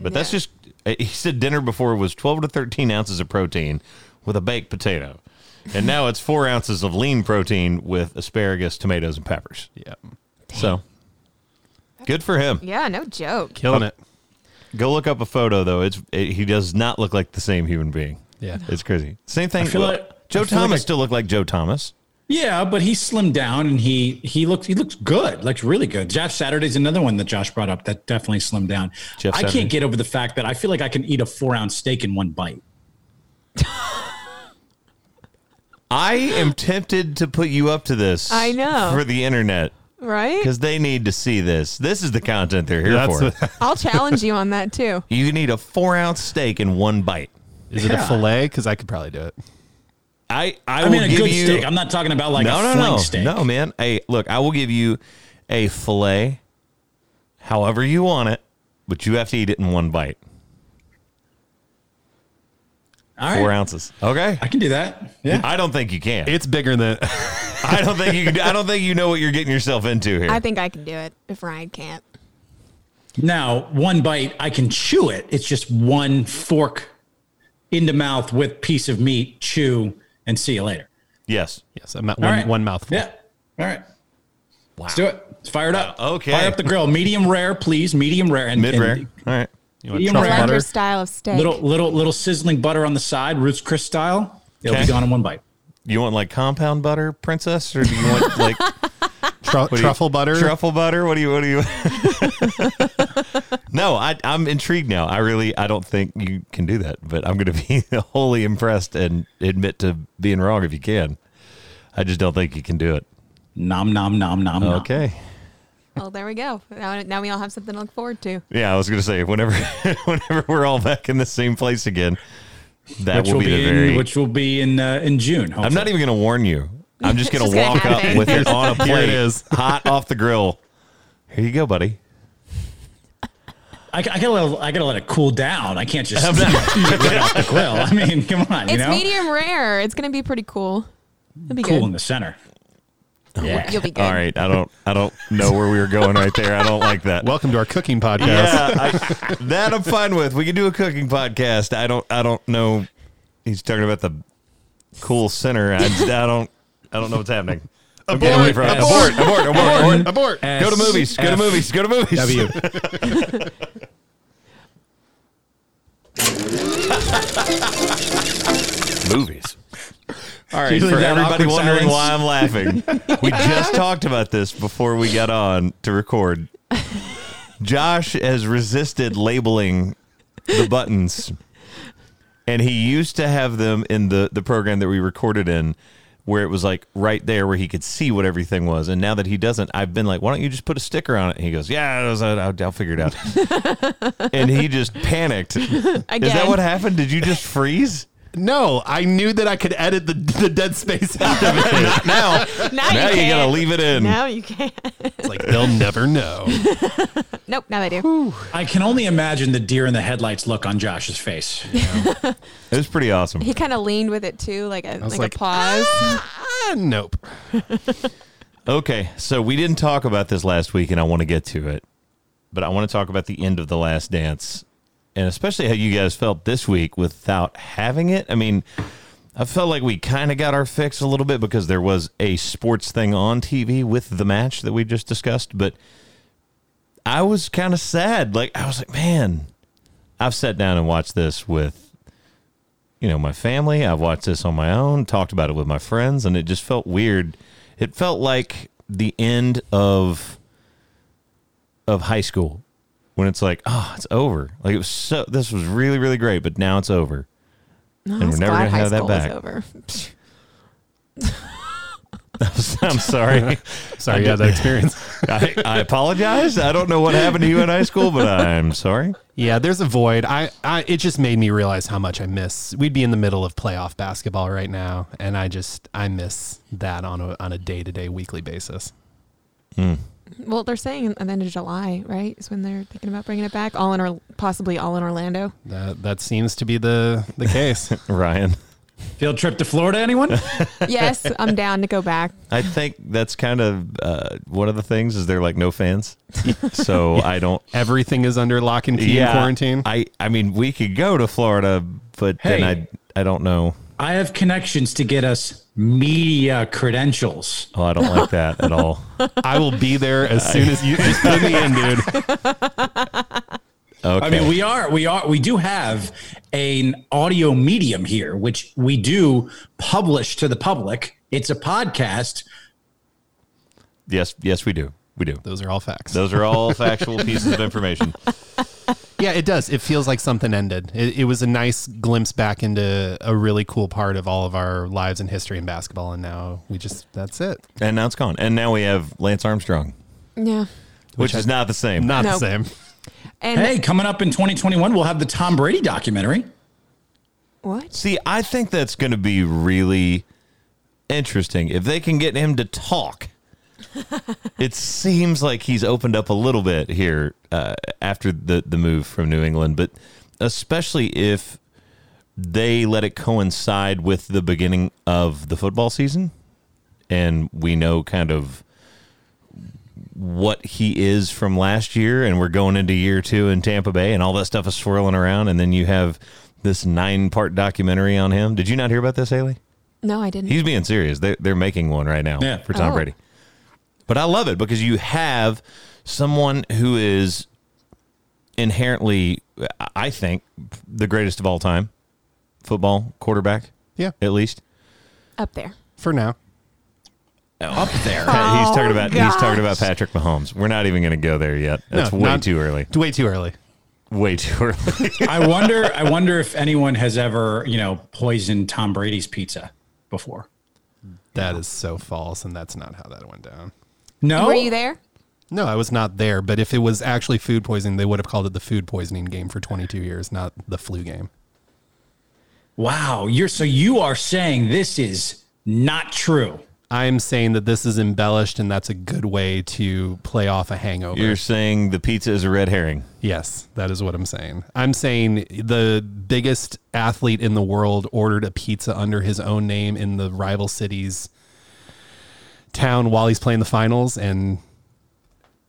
Speaker 1: But that's
Speaker 4: Yeah.
Speaker 1: just eh, he said dinner before was twelve to thirteen ounces of protein with a baked potato, and now it's four ounces of lean protein with asparagus, tomatoes, and peppers.
Speaker 3: yeah.
Speaker 1: So good for him.
Speaker 4: Yeah, no joke.
Speaker 3: Killing it.
Speaker 1: Uh, Go look up a photo though. It's it, he does not look like the same human being.
Speaker 3: Yeah.
Speaker 1: it's crazy. Same thing.
Speaker 2: I feel
Speaker 1: well,
Speaker 2: like-
Speaker 1: Joe
Speaker 2: I feel like
Speaker 1: Thomas
Speaker 2: I-
Speaker 1: still looked like Joe Thomas.
Speaker 2: Yeah, but he slimmed down, and he he looked he looks good, looks really good. Jeff Saturday's another one that Josh brought up that definitely slimmed down.
Speaker 1: Jeff
Speaker 2: I
Speaker 1: Saturday.
Speaker 2: can't get over the fact that I feel like I can eat a four ounce steak in one bite.
Speaker 1: I am tempted to put you up to this.
Speaker 4: I know.
Speaker 1: for the internet
Speaker 4: Right?
Speaker 1: because they need to see this. This is the content they're here
Speaker 3: That's
Speaker 1: for.
Speaker 3: what-
Speaker 4: I'll challenge you on that too.
Speaker 1: <laughs> you need a four ounce steak in one bite.
Speaker 3: Is it a fillet? Because I could probably do it.
Speaker 1: I I,
Speaker 2: I
Speaker 1: will
Speaker 2: mean, a
Speaker 1: give
Speaker 2: good
Speaker 1: you
Speaker 2: steak. I'm not talking about like a flank
Speaker 1: no,
Speaker 2: steak.
Speaker 1: no, man. Hey, look, I will give you a fillet, however you want it, but you have to eat it in one bite.
Speaker 2: All
Speaker 1: Four
Speaker 2: right,
Speaker 1: ounces. Okay.
Speaker 2: I can do that. Yeah,
Speaker 1: <laughs> I don't think you can.
Speaker 3: It's bigger than
Speaker 1: I don't think you. Can, I don't think you know what you're getting yourself into here.
Speaker 4: I think I can do it if Ryan can't.
Speaker 2: Now, one bite, I can chew it. It's just one fork into mouth with piece of meat, chew, and see you later.
Speaker 1: yes.
Speaker 3: yes. I'm at
Speaker 2: All
Speaker 3: one
Speaker 2: right,
Speaker 3: one mouthful.
Speaker 2: Yeah. All right. Let's do it. Let's fire it up.
Speaker 1: Wow, Uh, okay.
Speaker 2: Fire up the grill. Medium rare, please. Medium rare and
Speaker 1: Mid rare.
Speaker 2: and
Speaker 1: All right.
Speaker 3: You want
Speaker 2: Medium
Speaker 3: truffle
Speaker 2: rare.
Speaker 4: Blender
Speaker 3: butter?
Speaker 4: style of steak.
Speaker 2: little little little sizzling butter on the side, Roots Chris style. It'll
Speaker 1: Okay.
Speaker 2: be gone in one bite.
Speaker 1: You want like compound butter, princess, or do you want like
Speaker 3: Tru-
Speaker 1: what do you-
Speaker 3: truffle butter.
Speaker 1: Truffle butter. What do you? What do you? <laughs> no, I, I'm intrigued now. I really, I don't think you can do that, but I'm going to be <laughs> wholly impressed and admit to being wrong if you can. I just don't think you can do it.
Speaker 2: Nom nom nom nom. nom.
Speaker 1: Okay.
Speaker 4: Well, Oh, there we go. Now, now we all have something to look forward to.
Speaker 1: Yeah, I was going to say whenever, <laughs> whenever we're all back in the same place again, that
Speaker 2: Which
Speaker 1: will, be, the
Speaker 2: in,
Speaker 1: very.
Speaker 2: which will be in uh, in June.
Speaker 1: I'm not
Speaker 2: hopefully.
Speaker 1: even going to warn you. I'm just
Speaker 3: <laughs>
Speaker 1: going
Speaker 4: It's
Speaker 1: to
Speaker 4: just gonna
Speaker 1: walk up
Speaker 4: happen.
Speaker 1: with it on a plate.
Speaker 3: Here it is. <laughs>
Speaker 1: hot off the grill. Here you go, buddy.
Speaker 2: I, I gotta let, I gotta let it cool down. I can't just <laughs> eat it right off the grill. I mean, come on. you
Speaker 4: It's
Speaker 2: know?
Speaker 4: medium rare. It's gonna be pretty cool. It'll be
Speaker 2: cool in
Speaker 4: good.
Speaker 2: the center.
Speaker 4: You'll be good.
Speaker 1: All right, I don't, I don't know where we were going right there. I don't like that.
Speaker 3: Welcome to our cooking podcast.
Speaker 1: Yeah, I, that I'm fine with. We can do a cooking podcast. I don't. I don't know. He's talking about the cool center. I, I don't. I don't know what's
Speaker 3: <laughs>
Speaker 1: happening. I'm getting away from it.
Speaker 3: Abort,
Speaker 1: abort, abort, abort.
Speaker 3: Abort.
Speaker 1: Go to movies. Go to movies. Go to movies. <laughs>
Speaker 3: W.
Speaker 1: movies. All right,
Speaker 2: Usually
Speaker 1: for
Speaker 2: that
Speaker 1: everybody
Speaker 2: awkward
Speaker 1: wondering
Speaker 2: silence.
Speaker 1: why I'm <laughs> laughing, we just talked about this before we got on to record. Josh has resisted labeling the buttons, and he used to have them in the the program that we recorded in, where it was like right there where he could see what everything was. And now that he doesn't, I've been like, why don't you just put a sticker on it? And he goes, yeah, it was- uh, I'll, I'll figure it out. <laughs> and he just panicked. Is that
Speaker 4: Again.
Speaker 1: what happened? Did you just freeze?
Speaker 3: No, I knew that I could edit the, the dead space out of it. Not now.
Speaker 4: Now,
Speaker 1: now
Speaker 4: you
Speaker 1: you gotta
Speaker 4: can't.
Speaker 1: leave it in.
Speaker 4: Now you can't. <laughs>
Speaker 3: It's like they'll never know.
Speaker 4: nope. Now they do.
Speaker 2: I can only imagine the deer in the headlights look on Josh's face.
Speaker 1: It was pretty awesome.
Speaker 4: He kind of leaned with it too, like a like,
Speaker 3: was like,
Speaker 4: a pause.
Speaker 3: Ah, nope.
Speaker 1: Okay, so we didn't talk about this last week, and I want to get to it, but I want to talk about the end of the Last Dance, and especially how you guys felt this week without having it. I mean, I felt like we kind of got our fix a little bit because there was a sports thing on TV with the match that we just discussed, but I was kind of sad. Like I was like, man, I've sat down and watched this with you know, my family. I've watched this on my own, talked about it with my friends, and it just felt weird. It felt like the end of of high school when it's like, oh, it's over. Like it was so this was really, really great, but now it's over. <laughs>
Speaker 4: No,
Speaker 1: And we're never gonna have that back.
Speaker 4: Is over. <laughs>
Speaker 1: I'm sorry.
Speaker 3: Sorry, you had that experience.
Speaker 1: <laughs> I, I apologize. I don't know what happened to you in high school, but I'm sorry.
Speaker 3: Yeah, there's a void. I, I it just made me realize how much I miss. We'd be in the middle of playoff basketball right now, and I just I miss that on a on a day to day weekly basis.
Speaker 4: Well, they're saying at the end of July, right? Is when they're thinking about bringing it back. All in, Or- possibly all
Speaker 1: <laughs>
Speaker 4: in Orlando.
Speaker 3: That that seems to be the the case.
Speaker 1: Ryan.
Speaker 2: Field trip to Florida, anyone?
Speaker 4: yes, I'm down to go back.
Speaker 1: I think that's kind of uh, one of the things is they're like no fans. So I don't
Speaker 3: Everything is under lock and key in quarantine.
Speaker 1: I I mean, we could go to Florida, but then
Speaker 2: Hey.
Speaker 1: I I don't know.
Speaker 2: I have connections to get us media credentials.
Speaker 1: Oh, I don't like that at all.
Speaker 3: I will be there <laughs> as soon as <laughs> you just put me in, dude.
Speaker 1: Okay.
Speaker 2: I mean, we are, we are, we do have an audio medium here, which we do publish to the public. It's a podcast.
Speaker 1: yes, yes, we do. We do.
Speaker 3: Those are all facts.
Speaker 1: Those are all factual pieces of information.
Speaker 3: Yeah, it does. It feels like something ended. It, it was a nice glimpse back into a really cool part of all of our lives and history in basketball, and now we just that's it.
Speaker 1: And now it's gone. And now we have Lance Armstrong,
Speaker 4: Yeah.
Speaker 1: which, is not the same.
Speaker 3: Not the
Speaker 4: No.
Speaker 3: same.
Speaker 4: And
Speaker 2: Hey, coming up in 2021, we'll have the Tom Brady documentary.
Speaker 4: what?
Speaker 1: See, I think that's going to be really interesting if they can get him to talk. it seems like he's opened up a little bit here uh, after the the move from New England, but especially if they let it coincide with the beginning of the football season, and we know kind of what he is from last year, and we're going into year two in Tampa Bay, and all that stuff is swirling around, and then you have this nine part documentary on him. Did you not hear about this, Haley?
Speaker 4: No, I didn't.
Speaker 1: He's being serious. They're, they're making one right now
Speaker 2: Yeah.
Speaker 1: for Tom
Speaker 4: Oh.
Speaker 1: Brady. But I love it because you have someone who is inherently, I- I think, the greatest of all time football quarterback,
Speaker 3: Yeah,
Speaker 1: at least.
Speaker 4: Up there.
Speaker 3: for now.
Speaker 2: Up there.
Speaker 1: Pa- he's talking
Speaker 4: Oh,
Speaker 1: about he's talking about Patrick Mahomes. We're not even going to go there yet. That's
Speaker 3: No,
Speaker 1: way
Speaker 3: not-
Speaker 1: too early.
Speaker 3: Way too early.
Speaker 1: Way too early.
Speaker 2: I wonder. I wonder if anyone has ever, you know, poisoned Tom Brady's pizza before.
Speaker 3: That is so false, and that's not how that went down.
Speaker 2: No,
Speaker 1: Oh.
Speaker 4: Were you there?
Speaker 3: No, I was not there, but if it was actually food poisoning, they would have called it the food poisoning game for 22 years, not the flu game.
Speaker 2: Wow, you're so you are saying this is not true.
Speaker 3: I'm saying that this is embellished, and that's a good way to play off a hangover.
Speaker 1: You're saying the pizza is a red herring.
Speaker 3: Yes, that is what I'm saying. I'm saying the biggest athlete in the world ordered a pizza under his own name in the rival city's town while he's playing the finals, and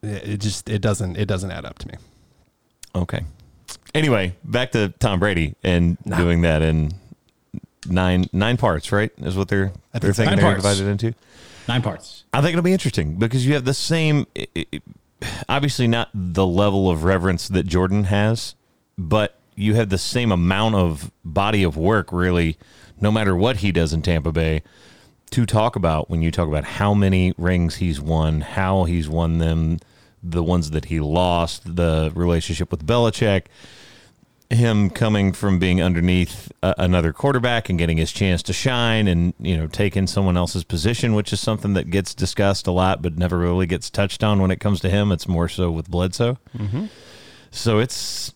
Speaker 3: it it just it doesn't it doesn't add up to me.
Speaker 1: Okay. Anyway, back to Tom Brady and doing that in nine nine parts, right? Is what they're
Speaker 3: think
Speaker 1: they're
Speaker 3: so.
Speaker 1: thinking
Speaker 2: Nine
Speaker 1: they're
Speaker 2: parts.
Speaker 1: divided into.
Speaker 2: Nine parts.
Speaker 1: I think it'll be interesting because you have the same, i- i- obviously not the level of reverence that Jordan has, but you have the same amount of body of work, really, no matter what he does in Tampa Bay, to talk about when you talk about how many rings he's won, how he's won them, the ones that he lost, the relationship with Belichick, him coming from being underneath a, another quarterback and getting his chance to shine and you know taking someone else's position which is something that gets discussed a lot but never really gets touched on when it comes to him it's more so with bledsoe so it's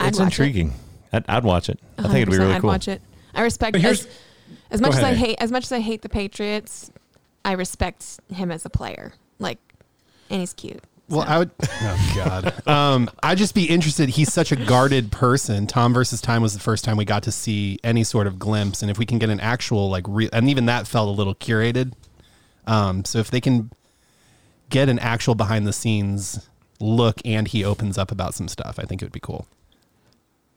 Speaker 4: I'd
Speaker 1: it's
Speaker 4: watch it.
Speaker 1: intriguing I'd, I'd watch it i think it'd be
Speaker 4: 100%
Speaker 1: really
Speaker 4: I'd
Speaker 1: cool
Speaker 4: watch it. I respect
Speaker 2: But here's-
Speaker 4: as, as much as I
Speaker 2: ahead.
Speaker 4: hate as much as I hate the Patriots. I respect him as a player, like, and he's cute.
Speaker 3: Well, I would. <laughs> Oh God, <laughs> um, I'd just be interested. He's such a guarded person. Tom versus Time was the first time we got to see any sort of glimpse, and if we can get an actual like, re- and even that felt a little curated. Um, so if they can get an actual behind the scenes look, and he opens up about some stuff, I think it would be cool.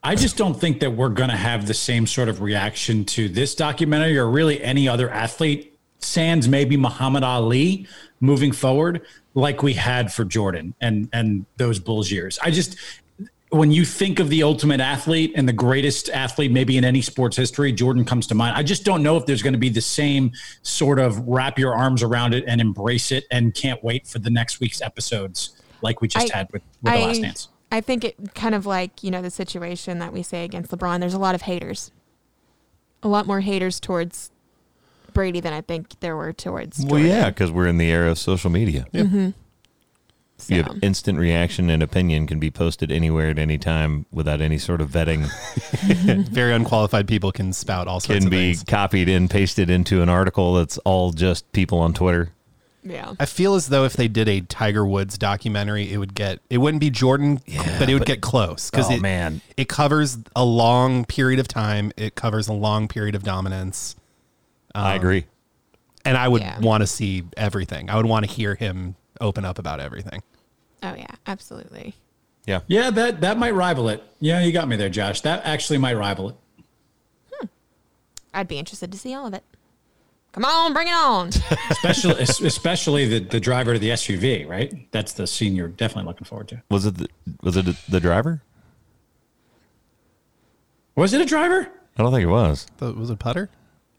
Speaker 2: I just don't think that we're going to have the same sort of reaction to this documentary or really any other athlete, sans maybe Muhammad Ali moving forward, like we had for Jordan and and those Bulls years. I just when you think of the ultimate athlete and the greatest athlete maybe in any sports history, Jordan comes to mind. I just don't know if there's going to be the same sort of wrap your arms around it and embrace it and can't wait for the next week's episodes like we just
Speaker 4: I-
Speaker 2: had with, with
Speaker 4: I,
Speaker 2: The Last Dance.
Speaker 4: I think it kind of like, you know, the situation that we say against LeBron, there's a lot of haters. A lot more haters towards Brady than I think there were towards
Speaker 1: well
Speaker 4: Jordan.
Speaker 1: yeah because we're in the era of social media
Speaker 4: Mm-hmm. So,
Speaker 1: you have instant reaction and opinion can be posted anywhere at any time without any sort of vetting
Speaker 3: Very unqualified people can spout all sorts
Speaker 1: can
Speaker 3: of
Speaker 1: be
Speaker 3: things.
Speaker 1: copied and pasted into an article that's all just people on twitter
Speaker 4: yeah.
Speaker 3: I feel as though if they did a Tiger Woods documentary, it would get it wouldn't be Jordan, but it would get close because
Speaker 1: Oh,
Speaker 3: it,
Speaker 1: man.
Speaker 3: it covers a long period of time. It covers a long period of dominance,
Speaker 1: i agree
Speaker 3: and I would
Speaker 4: Yeah.
Speaker 3: want to see everything. I would want to hear him open up about everything.
Speaker 4: Oh yeah, absolutely.
Speaker 1: yeah
Speaker 2: Yeah, that that might rival it. Yeah, you got me there, Josh. That actually might rival it.
Speaker 4: I'd be interested to see all of it. Come on, bring it on.
Speaker 2: Especially <laughs> es- especially the, the driver of the SUV, right? That's the scene you're definitely looking forward to.
Speaker 1: Was it the, was it the driver?
Speaker 2: Was it a driver?
Speaker 1: I don't think it was.
Speaker 3: But was it putter?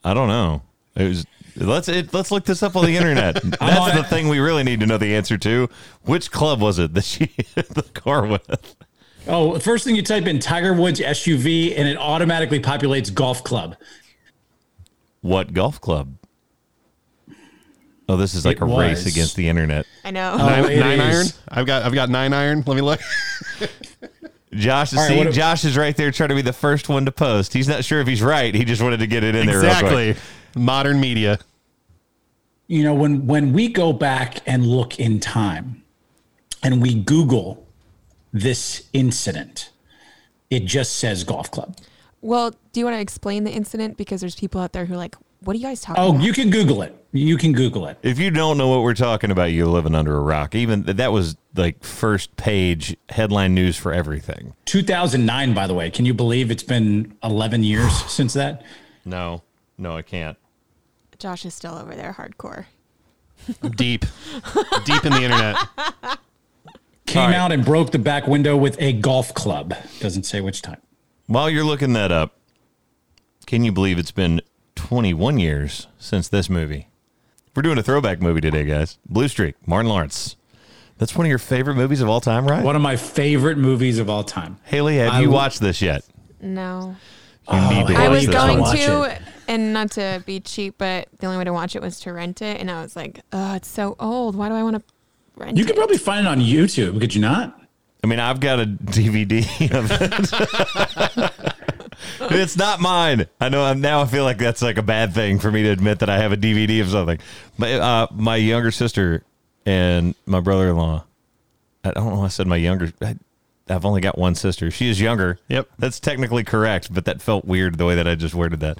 Speaker 1: I don't know. It was. Let's it, let's look this up on the <laughs> internet.
Speaker 2: on
Speaker 1: That's the
Speaker 2: it.
Speaker 1: thing we really need to know the answer to. Which club was it that she <laughs> hit the car with?
Speaker 2: Oh, the first thing you type in Tiger Woods SUV and it automatically populates golf club.
Speaker 1: What golf club? Oh, this is like
Speaker 2: It
Speaker 1: a race
Speaker 2: was.
Speaker 1: against the internet.
Speaker 4: I know.
Speaker 2: Oh, it
Speaker 3: nine iron.
Speaker 2: is.
Speaker 3: I've got I've got nine iron. Let me look.
Speaker 1: Josh,
Speaker 2: right,
Speaker 1: see,
Speaker 2: what-
Speaker 1: Josh is right there trying to be the first one to post. He's not sure if he's right. He just wanted to get it in there. real quick.
Speaker 3: exactly. Modern media.
Speaker 2: You know, when when we go back and look in time and we Google this incident, it just says golf club.
Speaker 4: Well, do you want to explain the incident because there's people out there who are like, what are you guys talking
Speaker 2: Oh,
Speaker 4: about?
Speaker 2: you can Google it. You can Google it.
Speaker 1: If you don't know what we're talking about, you're living under a rock. Even that was like first page headline news for everything.
Speaker 2: 2009, by the way. Can you believe it's been 11 years since that?
Speaker 1: No, no, I can't.
Speaker 4: Josh is still over there hardcore.
Speaker 3: Deep, deep in the internet.
Speaker 2: Came
Speaker 1: All right.
Speaker 2: out and broke the back window with a golf club. Doesn't say which time.
Speaker 1: While you're looking that up, can you believe it's been 21 years since this movie? We're doing a throwback movie today, guys. Blue Streak, Martin Lawrence. That's one of your favorite movies of all time, right?
Speaker 2: One of my favorite movies of all time.
Speaker 1: Haley, have
Speaker 2: I
Speaker 1: you
Speaker 2: w-
Speaker 1: watched this yet?
Speaker 4: No.
Speaker 1: You need to
Speaker 2: I
Speaker 4: I
Speaker 1: watch
Speaker 2: Oh,
Speaker 4: was
Speaker 2: you
Speaker 1: this
Speaker 2: gotta
Speaker 4: going
Speaker 1: one.
Speaker 2: watch
Speaker 4: to, and not to be cheap, but the only way to watch it was to rent it. And I was like, oh, it's so old. Why do I want to rent
Speaker 2: You
Speaker 4: it?
Speaker 2: could probably find it on YouTube, could you not?
Speaker 1: I mean, I've got a <laughs> DVD of it. it's not mine. I know. I'm, now I feel like that's like a bad thing for me to admit that I have a DVD of something. But uh, my younger sister and my brother-in-law. I don't know. why I said my younger. I, I've only got one sister. She is younger.
Speaker 3: Yep.
Speaker 1: that's technically correct, but that felt weird the way that I just worded that.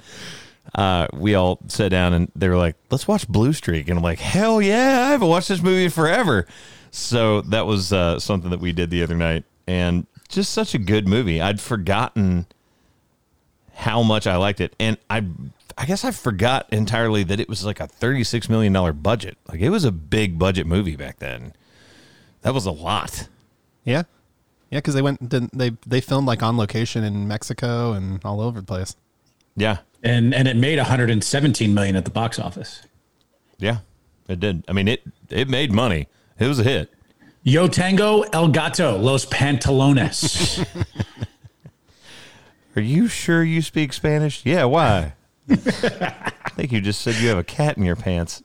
Speaker 1: Uh, we all sat down and they were like, "Let's watch Blue Streak," and I'm like, "Hell yeah! I haven't watched this movie in forever." So that was uh, something that we did the other night, and just such a good movie. I'd forgotten how much I liked it, and I, I guess I forgot entirely that it was like a 36 million dollar budget. Like it was a big budget movie back then. That was a lot.
Speaker 3: <laughs> Yeah, yeah. Because they went didn't they they filmed like on location in Mexico and all over the place.
Speaker 1: Yeah,
Speaker 2: And and it made 117 million at the box office.
Speaker 1: yeah, it did. I mean it. It made money. It was a hit.
Speaker 2: Yo Tango El Gato Los Pantalones.
Speaker 1: Are you sure you speak Spanish? Yeah, <laughs> why? I think you just said you have a cat in your pants.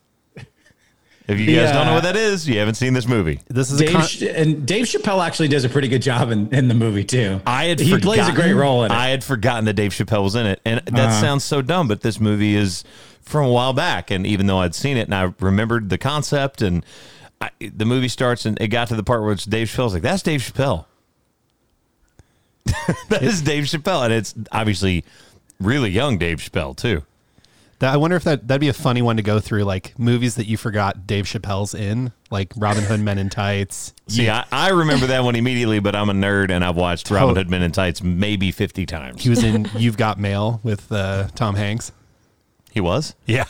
Speaker 1: If you guys don't know what that is, you haven't seen this movie.
Speaker 3: This is a
Speaker 2: Dave
Speaker 3: con-
Speaker 2: Ch- and Dave Chappelle actually does a pretty good job in, in the movie too.
Speaker 1: I had
Speaker 2: he plays a
Speaker 1: forgotten-
Speaker 2: great role in it. Uh-huh.
Speaker 1: I had forgotten that Dave Chappelle was in it, and that sounds so dumb, but this movie is from a while back, and even though I'd seen it and I remembered the concept, and I, the movie starts, and it got to the part where it's Dave Chappelle's like, "That's Dave Chappelle." <laughs> that is Dave Chappelle, and it's obviously really young Dave Chappelle too.
Speaker 3: that, I wonder if that that'd be a funny one to go through, like movies that you forgot Dave Chappelle's in, like Robin Hood, Men in Tights.
Speaker 1: See, I, I remember that one immediately, but I'm a nerd and I've watched Robin
Speaker 3: Tot-
Speaker 1: Hood Men in Tights maybe 50 times.
Speaker 3: He was <laughs> in You've Got Mail with uh, Tom Hanks.
Speaker 1: He was? Yeah.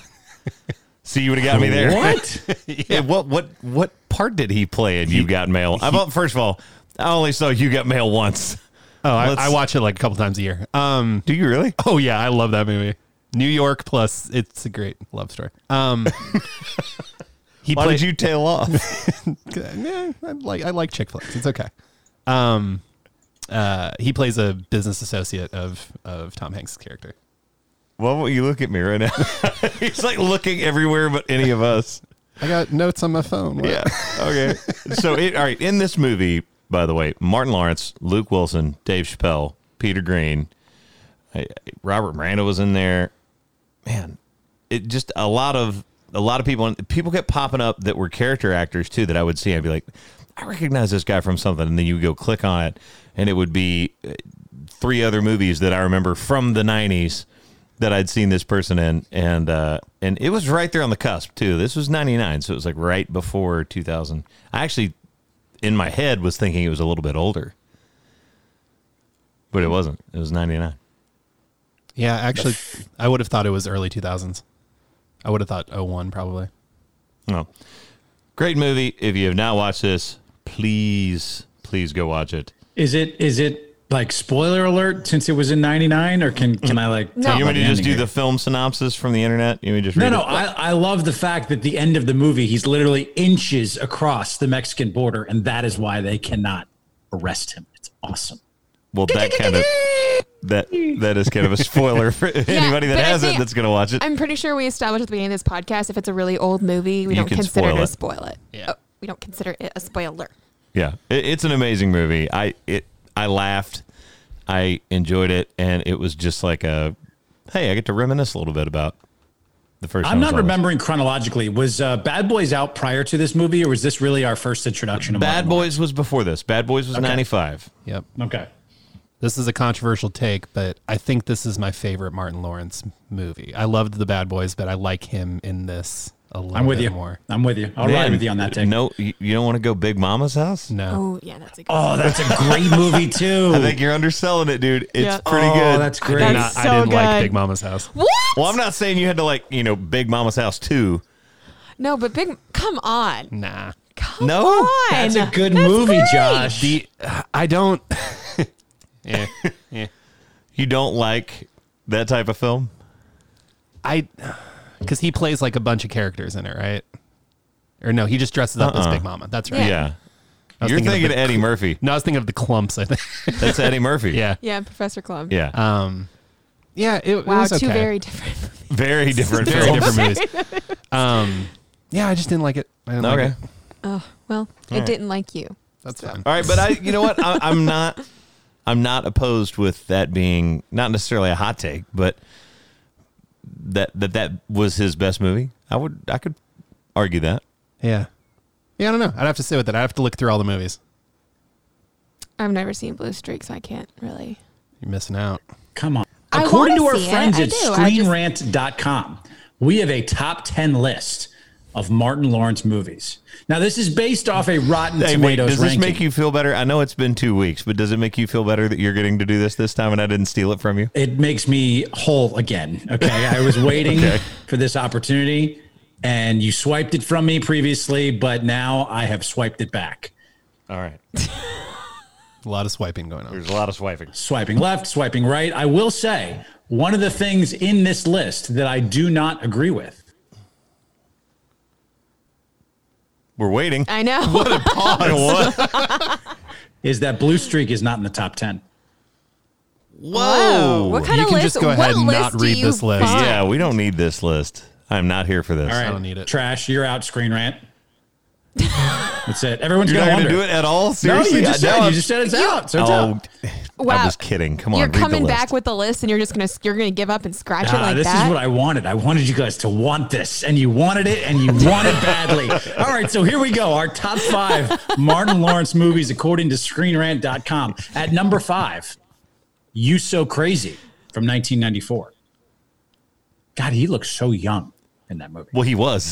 Speaker 1: See, you would have got me there. <laughs>
Speaker 2: What?
Speaker 1: Yeah, what what what part did he play in You Got Mail? I well, first of all, I only saw You Got Mail once.
Speaker 3: Oh, I,
Speaker 1: Let's-
Speaker 3: I watch it like a couple times a year. Um,
Speaker 1: Do you really?
Speaker 3: oh yeah, I love that movie. New York plus it's a great love story. Um, he
Speaker 1: Why
Speaker 3: played
Speaker 1: did you tail off?
Speaker 3: yeah, eh, I like I like chick flicks. It's okay. Um, uh, he plays a business associate of of Tom Hanks' character.
Speaker 1: <laughs> Why won't you look at me right now? <laughs> He's like looking everywhere but any of us.
Speaker 3: I got notes on my phone. What?
Speaker 1: Yeah. Okay. so, it, all right. In this movie, by the way, Martin Lawrence, Luke Wilson, Dave Chappelle, Peter Green, I- I- Robert Miranda was in there. Man, it just a lot of a lot of people. and People kept popping up that were character actors too. That I would see. I'd be like, I recognize this guy from something, and then you would go click on it, and it would be uh, three other movies that I remember from the '90s that I'd seen this person in, and uh, and it was right there on the cusp too. This was '99, so it was like right before 2000. I actually, in my head, was thinking it was a little bit older, but it wasn't. It was '99.
Speaker 3: yeah. Actually, I would have thought it was early two thousands. I would have thought 01 probably.
Speaker 1: No. Oh. Great movie. If you have not watched this, please, please go watch it.
Speaker 2: Is it is it like spoiler alert since it was in '99, or can can I like?
Speaker 4: No.
Speaker 2: talk
Speaker 1: You
Speaker 2: about
Speaker 1: want me
Speaker 2: the
Speaker 1: to just do
Speaker 2: ending
Speaker 1: the
Speaker 2: here?
Speaker 1: film synopsis from the internet? You want me to just
Speaker 2: No,
Speaker 1: read
Speaker 2: no,
Speaker 1: it?
Speaker 2: I, I love the fact that the end of the movie, he's literally inches across the Mexican border, and that is why they cannot arrest him. It's awesome.
Speaker 1: Well,
Speaker 4: <laughs>
Speaker 1: that kind of that that is kind of a spoiler for anybody that
Speaker 4: but I
Speaker 1: has it
Speaker 4: think-
Speaker 1: that's going to watch it.
Speaker 4: I'm pretty sure we established at the beginning of this podcast if it's a really old movie, we
Speaker 1: You
Speaker 4: don't
Speaker 1: can
Speaker 4: consider
Speaker 1: spoil
Speaker 4: it
Speaker 1: it.
Speaker 4: a spoil it.
Speaker 3: Yeah.
Speaker 4: Oh, we don't consider it a spoiler.
Speaker 1: yeah, it, it's an amazing movie. I it I laughed, I enjoyed it, and it was just like a hey, I get to reminisce a little bit about the first. time
Speaker 2: I'm
Speaker 1: I
Speaker 2: not
Speaker 1: saw this.
Speaker 2: remembering chronologically. Was uh, Bad Boys out prior to this movie, or was this really our first introduction? to
Speaker 1: Bad
Speaker 2: Martin
Speaker 1: Boys was before this. Bad Boys was '95.
Speaker 3: Yep.
Speaker 2: Lawrence? Okay.
Speaker 3: This is a controversial take, but I think this is my favorite Martin Lawrence movie. I loved The Bad Boys, but I like him in this a little
Speaker 2: I'm with
Speaker 3: bit
Speaker 2: you.
Speaker 3: more.
Speaker 2: I'm with you. I'll ride
Speaker 1: Man,
Speaker 2: with you on that take.
Speaker 1: No, you you don't want to go Big Mama's house.
Speaker 3: No.
Speaker 4: Oh yeah, that's a good.
Speaker 2: Oh, that's a great
Speaker 1: <laughs>
Speaker 2: movie too.
Speaker 1: I think you're underselling it, dude. It's
Speaker 4: Yeah.
Speaker 1: pretty
Speaker 2: oh,
Speaker 1: good.
Speaker 2: that's great.
Speaker 4: That's-
Speaker 3: Not, I
Speaker 4: so
Speaker 3: didn't like
Speaker 4: good.
Speaker 3: Big Mama's House.
Speaker 4: What?
Speaker 1: well, I'm not saying you had to like, you know, Big Mama's House too.
Speaker 4: <laughs> No, but big. Come on.
Speaker 3: Nah.
Speaker 4: Come
Speaker 1: No,
Speaker 4: on.
Speaker 2: That's a good
Speaker 4: That's
Speaker 2: movie,
Speaker 4: great.
Speaker 2: Josh.
Speaker 3: Uh, The I don't. <laughs> yeah,
Speaker 1: You don't like that type of film.
Speaker 3: I because he plays like a bunch of characters in it, right? Or no, he just dresses up as
Speaker 1: Uh-uh.
Speaker 3: Big Mama. That's
Speaker 1: Yeah,
Speaker 3: right. I was
Speaker 1: you're
Speaker 3: thinking of
Speaker 1: thinking
Speaker 3: the-
Speaker 1: Eddie Murphy.
Speaker 3: No, I was thinking of the clumps. I think. <laughs>
Speaker 1: That's Eddie Murphy.
Speaker 3: yeah.
Speaker 4: Yeah, Professor Club.
Speaker 1: yeah.
Speaker 3: Um. Yeah. It, it
Speaker 4: Wow,
Speaker 3: was
Speaker 4: two
Speaker 3: okay.
Speaker 4: very different. <laughs> movies.
Speaker 1: very <laughs> different.
Speaker 3: Very
Speaker 1: films.
Speaker 3: different movies. Um. Yeah, I just didn't like it. I didn't Like
Speaker 1: Okay.
Speaker 3: it.
Speaker 4: Oh well, it didn't like you.
Speaker 3: That's fine.
Speaker 1: All right, but I, you know what? I, I'm not. I'm not opposed with that being not necessarily a hot take, but that that that was his best movie. I would. I could argue that.
Speaker 3: Yeah. Yeah, I don't know. I'd have to sit with it. I'd have to look through all the movies.
Speaker 4: I've never seen Blue Streak, so I can't really.
Speaker 3: You're missing out.
Speaker 2: Come on.
Speaker 4: I
Speaker 2: According to
Speaker 4: wanna
Speaker 2: our
Speaker 4: see it.
Speaker 2: friends
Speaker 4: I
Speaker 2: at
Speaker 4: do. I just-
Speaker 2: screenrant.com, we have a top 10 list of Martin Lawrence movies. Now, this is based off a Rotten
Speaker 1: Hey, wait,
Speaker 2: Tomatoes
Speaker 1: does
Speaker 2: ranking.
Speaker 1: this make you feel better? I know it's been two weeks, but does it make you feel better that you're getting to do this this time and I didn't steal it from you?
Speaker 2: it makes me whole again. Okay. I
Speaker 1: <laughs>
Speaker 2: was waiting for this opportunity and you swiped it from me previously, but now I have swiped it back.
Speaker 1: All right.
Speaker 3: A lot of swiping going on.
Speaker 1: There's a lot of swiping.
Speaker 2: swiping left, swiping right. I will say one of the things in this list that I do not agree with
Speaker 1: We're
Speaker 4: <laughs>
Speaker 1: waiting. <laughs>
Speaker 4: I know.
Speaker 1: What?
Speaker 2: Is that Blue Streak is not in the top ten?
Speaker 1: Oh.
Speaker 4: Whoa. What kind
Speaker 3: You
Speaker 4: of
Speaker 3: can
Speaker 4: list?
Speaker 3: just go ahead
Speaker 4: what
Speaker 3: and
Speaker 4: list
Speaker 3: not
Speaker 4: do
Speaker 3: read
Speaker 4: you
Speaker 3: this list.
Speaker 4: find?
Speaker 1: Yeah, we don't need this list. I'm not here for this.
Speaker 2: All right,
Speaker 3: don't need it.
Speaker 2: Trash, you're out. Screen rant. That's it. Everyone's
Speaker 1: You're not
Speaker 2: gonna
Speaker 1: going to
Speaker 2: wonder.
Speaker 1: do it at all?
Speaker 2: No,
Speaker 1: Seriously?
Speaker 2: you just
Speaker 1: I- now
Speaker 2: said you
Speaker 1: I'm-
Speaker 2: just said it's out. So it's
Speaker 1: Oh,
Speaker 2: out.
Speaker 1: I
Speaker 4: Wow.
Speaker 1: was kidding. Come on,
Speaker 4: You're
Speaker 1: read the
Speaker 4: coming
Speaker 1: list.
Speaker 4: back with the list, and you're just gonna you're gonna give up and scratch it
Speaker 2: Ah,
Speaker 4: like
Speaker 2: this is
Speaker 4: that.
Speaker 2: what I wanted. I wanted you guys to want this, and you wanted it, and you
Speaker 4: <laughs>
Speaker 2: want it badly. All right, so here we go. Our top five Martin Lawrence movies according to ScreenRant.com. At number five, You So Crazy from 1994. God, he looks so young in
Speaker 1: <laughs>
Speaker 2: that movie.
Speaker 1: Well, he was.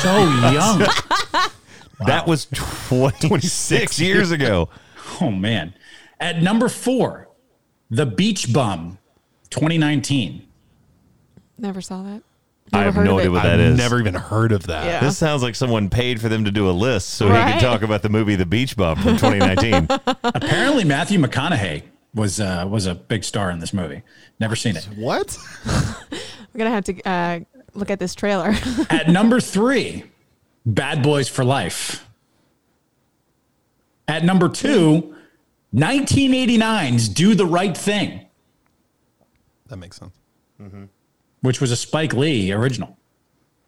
Speaker 2: So young.
Speaker 1: That was 26 years ago.
Speaker 2: Oh man. At number four, The Beach Bum, 2019.
Speaker 4: Never saw that.
Speaker 1: I
Speaker 4: Never
Speaker 1: have
Speaker 4: heard
Speaker 1: no
Speaker 4: of
Speaker 1: idea
Speaker 4: it.
Speaker 1: what that
Speaker 3: I've
Speaker 1: is.
Speaker 3: never even heard of that.
Speaker 4: Yeah.
Speaker 1: This sounds like someone paid for them to do a list so he
Speaker 4: Right?
Speaker 1: could talk about the movie The Beach Bum from 2019.
Speaker 2: Apparently Matthew McConaughey was uh, was a big star in this movie. Never seen it.
Speaker 3: What?
Speaker 4: I'm gonna have to uh, look at this trailer. <laughs>
Speaker 2: At number three, Bad Boys for Life. At number two, 1989's Do the Right Thing,
Speaker 3: That makes sense.
Speaker 2: which was a Spike Lee original.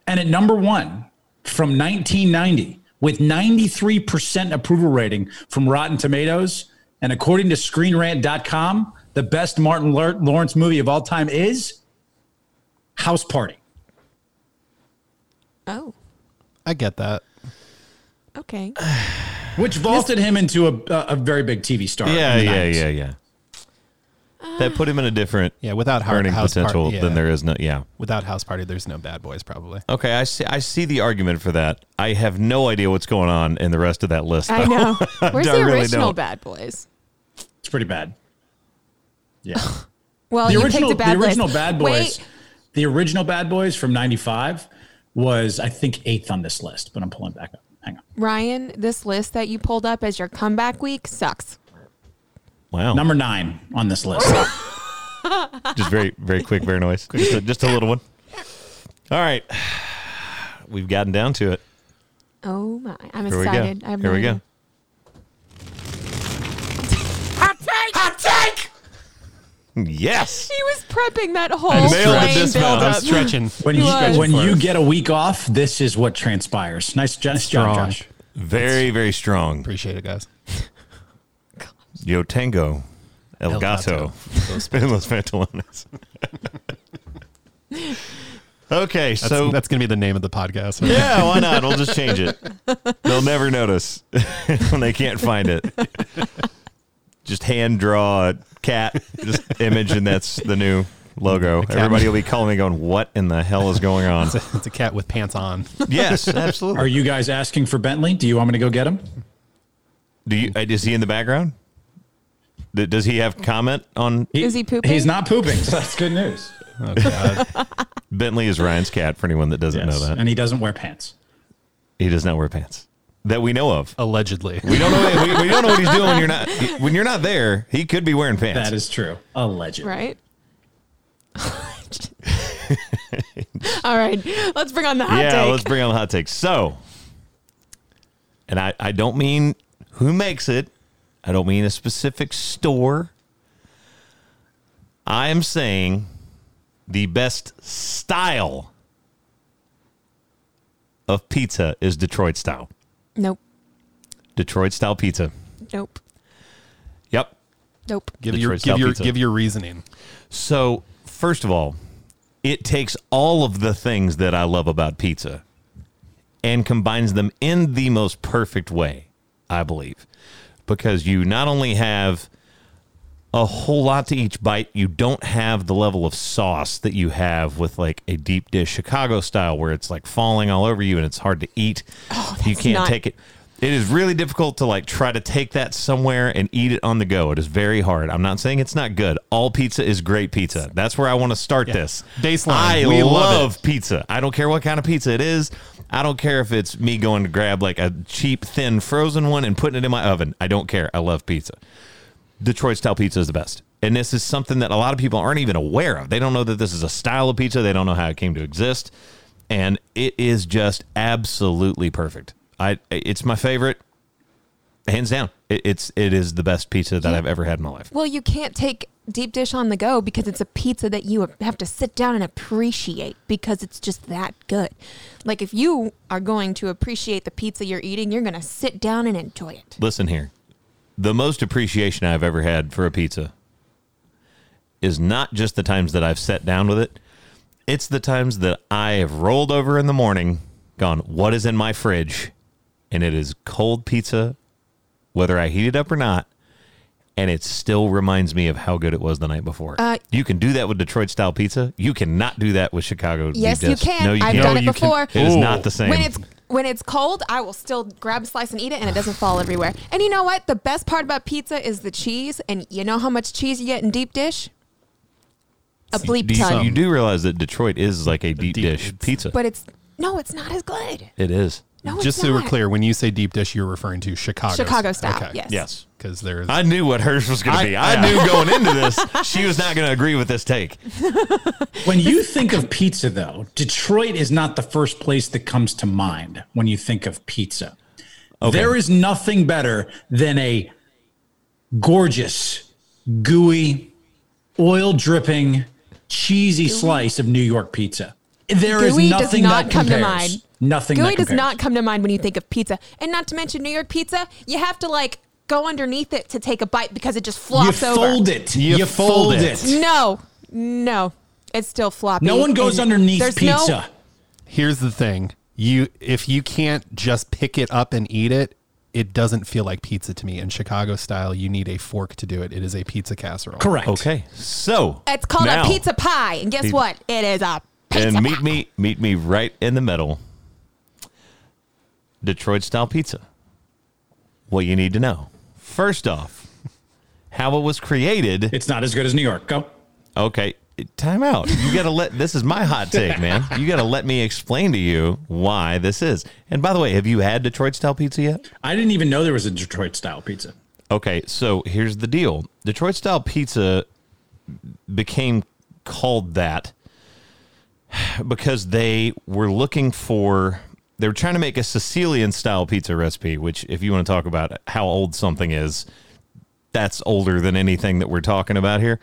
Speaker 2: And at number one, from 1990, with 93% approval rating from Rotten Tomatoes. And according to ScreenRant.com, the best Martin Lawr- Lawrence movie of all time is House Party.
Speaker 4: oh,
Speaker 3: I get that.
Speaker 4: okay.
Speaker 2: which vaulted him into a, a, a very big TV star. in
Speaker 1: <laughs> Yeah,
Speaker 2: the
Speaker 1: yeah,
Speaker 2: 90s.
Speaker 1: yeah, yeah. That put him in a different
Speaker 3: Yeah, without Har-
Speaker 1: earning
Speaker 3: house
Speaker 1: potential
Speaker 3: party, yeah.
Speaker 1: than there is no. Yeah.
Speaker 3: Without house party, there's no bad boys probably.
Speaker 1: Okay, I see. I see the argument for that. I have no idea what's going on in the rest of that list.
Speaker 4: I
Speaker 1: though.
Speaker 4: know. Where's
Speaker 1: I
Speaker 4: the
Speaker 1: really
Speaker 4: original
Speaker 1: don't.
Speaker 4: Bad Boys?
Speaker 2: It's pretty bad.
Speaker 1: <laughs>
Speaker 2: Yeah.
Speaker 4: Well,
Speaker 2: the
Speaker 4: Oh, you
Speaker 2: original,
Speaker 4: picked a bad
Speaker 2: the original
Speaker 4: list.
Speaker 2: Bad Boys,
Speaker 4: Wait,
Speaker 2: the original Bad Boys from 95 was, I think, eighth on this list, but I'm pulling back up. Hang on.
Speaker 4: Ryan, this list that you pulled up as your comeback week sucks.
Speaker 1: Wow.
Speaker 2: Number nine on this list.
Speaker 1: just very, very quick, very noise. Just a, just a little one. All right. We've gotten down to it.
Speaker 4: Oh my! I'm
Speaker 1: Here we go.
Speaker 4: excited. I have
Speaker 1: Here
Speaker 4: no
Speaker 1: we go.
Speaker 4: idea.
Speaker 1: Yes.
Speaker 4: He was prepping that whole train build up.
Speaker 1: <laughs>
Speaker 3: stretching.
Speaker 2: When you,
Speaker 4: was.
Speaker 2: when you get a week off, this is what transpires. Nice jo- nice job,
Speaker 3: Strong.
Speaker 2: Josh.
Speaker 1: Very, very strong.
Speaker 3: Appreciate it, guys.
Speaker 1: Yo Tango El,
Speaker 3: El
Speaker 1: Gato.
Speaker 3: Gato.
Speaker 1: <laughs> in Los Pantalones. <laughs> okay,
Speaker 3: That's,
Speaker 1: so
Speaker 3: that's gonna be the name of the podcast.
Speaker 1: yeah, why not? We'll just change it. They'll never notice <laughs> when they can't find it. Just hand draw a cat just image, and that's the new logo. Everybody will be calling me, going, "What in the hell is going
Speaker 2: <laughs>
Speaker 1: on?"
Speaker 3: <laughs> It's a cat with pants on.
Speaker 1: yes, absolutely.
Speaker 2: Are you guys asking for Bentley? Do you want me to go get him?
Speaker 1: Do you? uh, Is he in the background? Th- Does he have comment on
Speaker 4: Is he pooping?
Speaker 2: He's not pooping, so that's
Speaker 1: <laughs>
Speaker 2: good news.
Speaker 3: Oh god.
Speaker 1: Bentley? Is Ryan's cat for anyone that doesn't
Speaker 2: Yes.
Speaker 1: know that?
Speaker 2: And he doesn't wear pants.
Speaker 1: He does not wear pants that we know
Speaker 2: Oh.
Speaker 1: of.
Speaker 3: Allegedly.
Speaker 1: We don't know. we, we don't know what he's doing when you're not when you're not there. He could be wearing pants.
Speaker 2: That is true. A
Speaker 4: <laughs>
Speaker 2: legend.
Speaker 4: right. <laughs> All right, let's bring on the hot
Speaker 1: yeah,
Speaker 4: take.
Speaker 1: let's bring on the hot takes. So, and I, I don't mean who makes it. I don't mean a specific store. I am saying the best style of pizza is Detroit style.
Speaker 4: nope,
Speaker 1: Detroit style pizza.
Speaker 4: nope,
Speaker 1: Yep.
Speaker 4: nope.
Speaker 3: Give
Speaker 1: Detroit
Speaker 3: your
Speaker 1: style
Speaker 3: give your
Speaker 1: pizza.
Speaker 3: give your reasoning.
Speaker 1: So, first of all, it takes all of the things that I love about pizza and combines them in the most perfect way, I believe. Because you not only have a whole lot to each bite, you don't have the level of sauce that you have with like a deep dish Chicago style where it's like falling all over you and it's hard to eat. you
Speaker 4: Oh, that's
Speaker 1: can't
Speaker 4: not-
Speaker 1: take it. It is really difficult to like try to take that somewhere and eat it on the go. It is very hard. I'm not saying it's not good. All pizza is great pizza. That's where I want to start this.
Speaker 3: Baseline.
Speaker 1: I
Speaker 3: We love
Speaker 1: love
Speaker 3: it.
Speaker 1: pizza. I don't care what kind of pizza it is. I don't care if it's me going to grab like a cheap, thin, frozen one and putting it in my oven. I don't care. I love pizza. Detroit style pizza is the best. And this is something that a lot of people aren't even aware of. They don't know that this is a style of pizza. They don't know how it came to exist. And it is just absolutely perfect. I it's my favorite, hands down. It, it's it is the best pizza that I've ever had in my life.
Speaker 4: Well, you can't take deep dish on the go because it's a pizza that you have to sit down and appreciate because it's just that good. Like if you are going to appreciate the pizza you're eating, you're going to sit down and enjoy it.
Speaker 1: Listen here, the most appreciation I've ever had for a pizza is not just the times that I've sat down with it. It's the times that I have rolled over in the morning, gone, what is in my fridge? And it is cold pizza, whether I heat it up or not. And it still reminds me of how good it was the night before.
Speaker 4: Uh,
Speaker 1: you can do that with Detroit style pizza. You cannot do that with Chicago. deep
Speaker 4: Yes, you
Speaker 1: dish.
Speaker 4: can.
Speaker 1: No, you
Speaker 4: I've
Speaker 1: can't.
Speaker 4: done it
Speaker 3: you can-
Speaker 4: before.
Speaker 1: It is
Speaker 3: Ooh.
Speaker 1: not the same.
Speaker 4: When it's when it's cold, I will still grab a slice and eat it, and it doesn't fall everywhere. And you know what? The best part about pizza is the cheese, and you know how much cheese you get in deep dish? A bleep
Speaker 1: do you,
Speaker 4: ton.
Speaker 1: you do realize that Detroit is like a deep,
Speaker 3: deep-
Speaker 1: dish
Speaker 3: it's-
Speaker 1: pizza.
Speaker 4: But it's no, it's not as good.
Speaker 1: it is.
Speaker 4: No, Oh, it's
Speaker 3: Just so we're
Speaker 4: not.
Speaker 3: clear, when you say deep dish, you're referring to Chicago.
Speaker 4: Chicago style, yes.
Speaker 1: Yes.
Speaker 3: Because there's
Speaker 1: I knew what hers was going to
Speaker 3: I-
Speaker 1: be. I <laughs>
Speaker 3: yeah.
Speaker 1: knew going into this, she was not going to agree with this take.
Speaker 2: When you think of pizza, though, Detroit is not the first place that comes to mind when you think of pizza. There is nothing better than a gorgeous, gooey, oil dripping, cheesy slice of New York pizza. There is
Speaker 4: Gooey does
Speaker 2: nothing
Speaker 4: not
Speaker 2: that
Speaker 4: come to
Speaker 2: compares.
Speaker 4: mind.
Speaker 2: Nothing
Speaker 4: Gooey
Speaker 2: that
Speaker 4: does
Speaker 2: compares.
Speaker 4: not come to mind when you think of pizza, and not to mention New York pizza. You have to like go underneath it to take a bite because it just
Speaker 2: You
Speaker 4: flops over.
Speaker 2: fold it.
Speaker 3: You
Speaker 2: You,
Speaker 3: fold
Speaker 2: fold
Speaker 3: it.
Speaker 2: it.
Speaker 4: No, no, it's still floppy.
Speaker 2: No one goes
Speaker 4: and
Speaker 2: underneath
Speaker 4: there's no-
Speaker 2: pizza.
Speaker 3: here's the thing you if you can't just pick it up and eat it it doesn't feel like pizza to me in chicago style you need a fork to do it it is a pizza casserole
Speaker 2: Correct.
Speaker 1: Okay, so
Speaker 4: it's called
Speaker 1: now-
Speaker 4: a pizza pie, and guess
Speaker 1: Pe-
Speaker 4: what? It is a pizza.
Speaker 1: And meet
Speaker 4: pie.
Speaker 1: me, meet me right in the middle. Detroit style pizza. What you need to know. First off, how it was created.
Speaker 2: It's not as good as New York. Go.
Speaker 1: Okay, time out. You got to let this is my hot take, man. You got to let me explain to you why this is. And by the way, have you had Detroit style pizza yet?
Speaker 2: I didn't even know there was a Detroit style pizza.
Speaker 1: Okay, so here's the deal. Detroit style pizza became called that because they were looking for they were trying to make a Sicilian style pizza recipe, which if you want to talk about how old something is, that's older than anything that we're talking about here.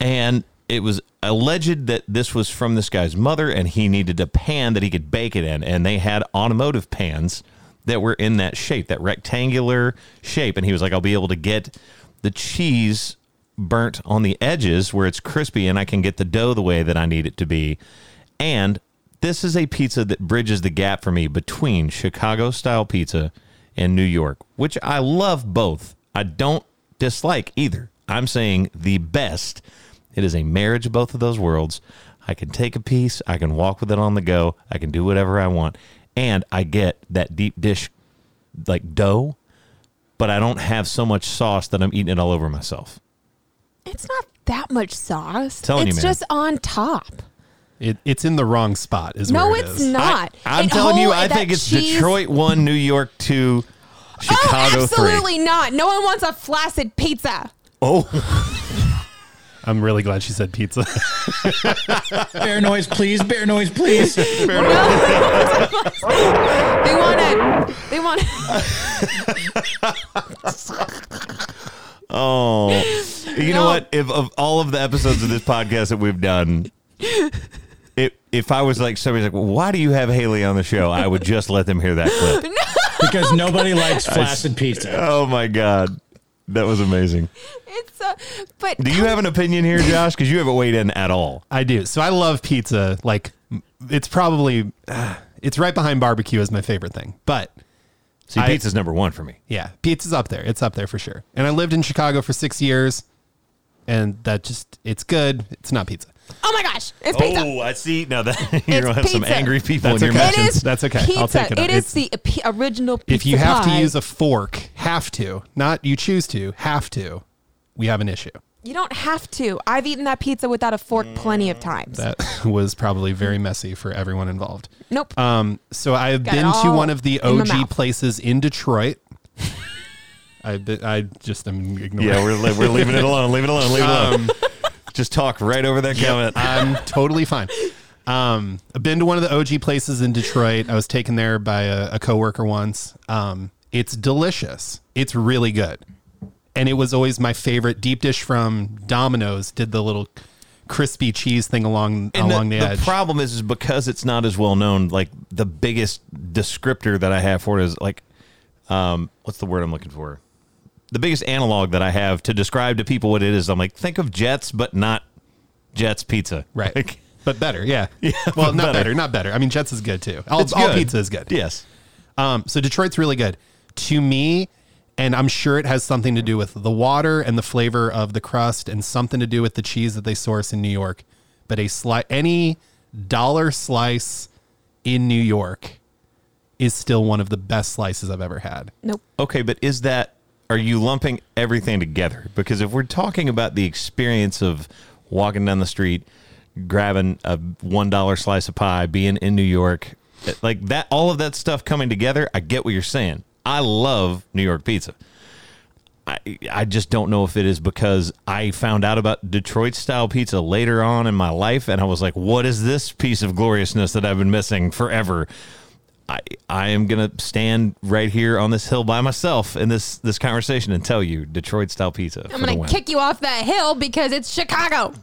Speaker 1: And it was alleged that this was from this guy's mother and he needed a pan that he could bake it in. And they had automotive pans that were in that shape, that rectangular shape. And he was like, I'll be able to get the cheese burnt on the edges where it's crispy and I can get the dough the way that I need it to be. And this is a pizza that bridges the gap for me between Chicago style pizza and New York, which I love both. I don't dislike either. I'm saying the best. It is a marriage of both of those worlds. I can take a piece, I can walk with it on the go, I can do whatever I want, and I get that deep dish like dough, but I don't have so much sauce that I'm eating it all over myself.
Speaker 4: It's not that much sauce.
Speaker 1: Telling you,
Speaker 4: it's
Speaker 1: man.
Speaker 4: just on top.
Speaker 3: it, it's in the wrong spot is
Speaker 4: No,
Speaker 3: where it
Speaker 4: it's
Speaker 3: is.
Speaker 4: not.
Speaker 1: I, am
Speaker 4: And
Speaker 1: telling you,
Speaker 4: whole-
Speaker 1: I
Speaker 4: that
Speaker 1: think it's
Speaker 4: cheese-
Speaker 1: Detroit one, New York two, Chicago
Speaker 4: oh,
Speaker 1: three.
Speaker 4: absolutely not. No one wants a flaccid pizza. <laughs>
Speaker 3: i'm really glad she said pizza <laughs>
Speaker 2: Bear noise, please. Bear noise, please.
Speaker 4: They want to. They want.
Speaker 1: Oh, you know
Speaker 4: No.
Speaker 1: what? If of all of the episodes of this podcast that we've done, if if I was like somebody's like, well, why do you have Haley on the show? I would just let them hear that
Speaker 4: <laughs>
Speaker 1: clip.
Speaker 2: because nobody likes flaccid pizza.
Speaker 1: Oh my god, that was amazing.
Speaker 4: <laughs> It's a. But
Speaker 1: Do you have an opinion here, Josh? Because you haven't weighed in at all.
Speaker 3: i do so i love pizza like it's probably <sighs> it's right behind barbecue as my favorite thing but
Speaker 1: See,
Speaker 3: I-
Speaker 1: pizza's number one for me.
Speaker 3: yeah pizza's up there it's up there for sure and i lived in chicago for six years and that just it's good it's not pizza
Speaker 4: Oh my gosh, it's pizza.
Speaker 1: Oh, I see. Now that <laughs> you're
Speaker 4: It's
Speaker 1: gonna have some
Speaker 4: pizza.
Speaker 1: angry people
Speaker 3: That's
Speaker 1: in your
Speaker 3: okay.
Speaker 4: It
Speaker 1: mentions.
Speaker 4: is
Speaker 3: That's okay.
Speaker 4: Pizza.
Speaker 3: I'll take it.
Speaker 4: It is
Speaker 3: It's-
Speaker 4: the p- original pizza.
Speaker 3: if you have to
Speaker 4: pie.
Speaker 3: use a fork, have to, not you choose to, have to, we have an issue.
Speaker 4: you don't have to. I've eaten that pizza without a fork plenty of times.
Speaker 3: That <laughs> was probably very messy for everyone involved.
Speaker 4: nope.
Speaker 3: Um, so I've
Speaker 4: Got it
Speaker 3: been to
Speaker 4: all
Speaker 3: one of the
Speaker 4: in my mouth.
Speaker 3: OG places in Detroit. <laughs> I be- I just am ignoring.
Speaker 1: Yeah, we're, we're leaving
Speaker 3: Um,
Speaker 1: it alone. Leave it alone. Leave it alone. Just talk right over that comment.
Speaker 3: I'm totally fine. Um, I've been to one of the OG places in Detroit. I was taken there by a, a coworker once. Um, it's delicious. It's really good, and it was always my favorite deep dish from Domino's. Did the little crispy cheese thing along
Speaker 1: And
Speaker 3: along the, edge.
Speaker 1: problem is, is because it's not as well known. Like the biggest descriptor that I have for it is like, um, what's the word I'm looking for? The biggest analog that I have to describe to people what it is. I'm like, think of Jets, but not Jets pizza,
Speaker 3: right.
Speaker 1: Like,
Speaker 3: but better, yeah.
Speaker 1: <laughs>
Speaker 3: well,
Speaker 1: but
Speaker 3: not better.
Speaker 1: better.
Speaker 3: not better. I mean, Jets is good too. All,
Speaker 1: it's
Speaker 3: all
Speaker 1: good.
Speaker 3: pizza is good.
Speaker 1: Yes,
Speaker 3: Um, so Detroit's really good to me, and I'm sure it has something to do with the water and the flavor of the crust, and something to do with the cheese that they source in New York. But a sli- any dollar slice in New York is still one of the best slices I've ever had.
Speaker 4: Nope.
Speaker 1: Okay, but is that are you lumping everything together? Because if we're talking about the experience of walking down the street, grabbing a one dollar slice of pie, being in New York, like that, all of that stuff coming together, I get what you're saying. I love New York pizza. I I just don't know if it is because I found out about Detroit style pizza later on in my life, and I was like, "What is this piece of gloriousness that I've been missing forever?" I I am gonna stand right here on this hill by myself in this this conversation and tell you Detroit style pizza.
Speaker 4: I'm gonna kick you off that hill because it's Chicago.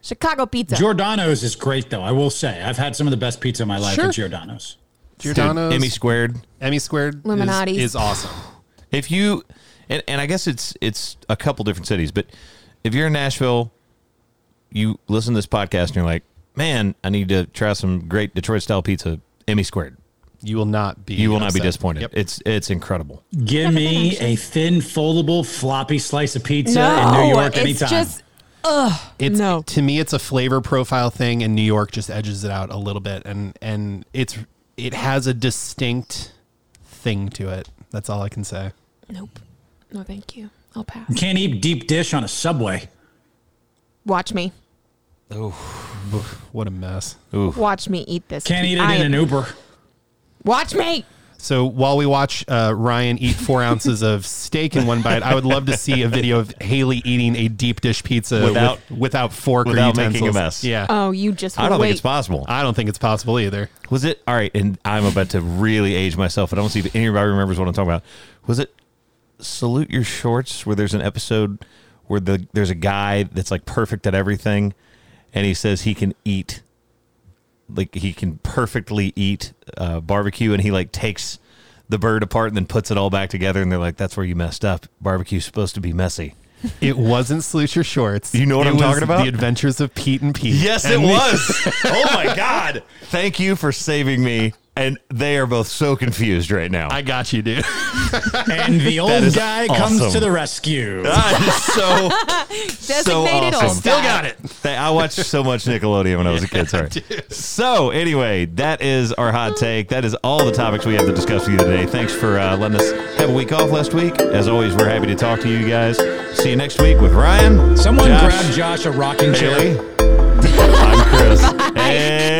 Speaker 4: Chicago pizza.
Speaker 2: Giordano's is great, though. I will say, I've had some of the best pizza in my life
Speaker 3: Sure.
Speaker 2: at Giordano's.
Speaker 3: Giordano's
Speaker 1: Emmy squared.
Speaker 3: Emmy squared is-
Speaker 4: Luminati's.
Speaker 3: is awesome.
Speaker 1: If you and, and I guess it's it's a couple different cities, but if you're in Nashville, you listen to this podcast and you're like, man, I need to try some great Detroit style pizza. Emmy squared.
Speaker 3: You will not be.
Speaker 1: You will not be
Speaker 3: upset.
Speaker 1: disappointed.
Speaker 3: Yep.
Speaker 1: It's it's incredible.
Speaker 2: Give me a thin, foldable, floppy slice of pizza
Speaker 4: no,
Speaker 2: in New York
Speaker 4: it's
Speaker 2: anytime.
Speaker 4: just
Speaker 3: It's
Speaker 4: No.
Speaker 3: to me, it's a flavor profile thing, and New York just edges it out a little bit, and and it's it has a distinct thing to it. That's all I can say.
Speaker 4: nope. No, thank you. I'll pass.
Speaker 2: Can't eat deep dish on a subway.
Speaker 4: Watch me.
Speaker 3: What a mess.
Speaker 4: Watch me eat this.
Speaker 2: Can't eat it
Speaker 4: I-
Speaker 2: in an Uber.
Speaker 4: Watch me.
Speaker 3: So while we watch uh, Ryan eat four ounces of steak in one bite, I would love to see a video of Haley eating a deep dish pizza
Speaker 1: Without-
Speaker 3: with, without fork
Speaker 1: without
Speaker 3: or
Speaker 1: making a
Speaker 3: utensils.
Speaker 1: mess.
Speaker 3: Yeah,
Speaker 4: Oh, you just.
Speaker 1: I don't
Speaker 4: wait.
Speaker 1: think it's possible.
Speaker 3: I don't think it's possible either.
Speaker 1: Was it all right? And I'm about to really age myself. I don't see if anybody remembers what I'm talking about. Was it "Salute Your Shorts"? Where there's an episode where the there's a guy that's like perfect at everything, and he says he can eat, like he can perfectly eat uh, barbecue, and he like takes the bird apart and then puts it all back together, and they're like, "That's where you messed up. Barbecue's supposed to be messy."
Speaker 3: It wasn't Salute Your Shorts.
Speaker 1: You know what
Speaker 3: It
Speaker 1: I'm
Speaker 3: was
Speaker 1: talking about?
Speaker 3: The Adventures of Pete and Pete.
Speaker 1: Yes, it
Speaker 3: And
Speaker 1: <laughs>
Speaker 3: the-
Speaker 1: was. oh my god! Thank you for saving me. And they are both so confused right now.
Speaker 3: I got you, dude. <laughs>
Speaker 1: <laughs>
Speaker 2: And the old
Speaker 1: is
Speaker 2: guy
Speaker 1: awesome.
Speaker 2: comes to the
Speaker 1: <laughs>
Speaker 2: rescue.
Speaker 1: That is so
Speaker 4: Designated
Speaker 1: awesome.
Speaker 4: old
Speaker 1: Still
Speaker 4: guy.
Speaker 1: got it. I watched so much Nickelodeon when I was a kid. Sorry. So anyway, that is our hot take. That is all the topics we have to discuss with you today. Thanks for uh, letting us have a week off last week. As always, we're happy to talk to you guys. See you next week with Ryan.
Speaker 2: Someone
Speaker 1: Josh, <laughs>
Speaker 2: grab Josh a rocking chair.
Speaker 1: Haley. I'm Chris. And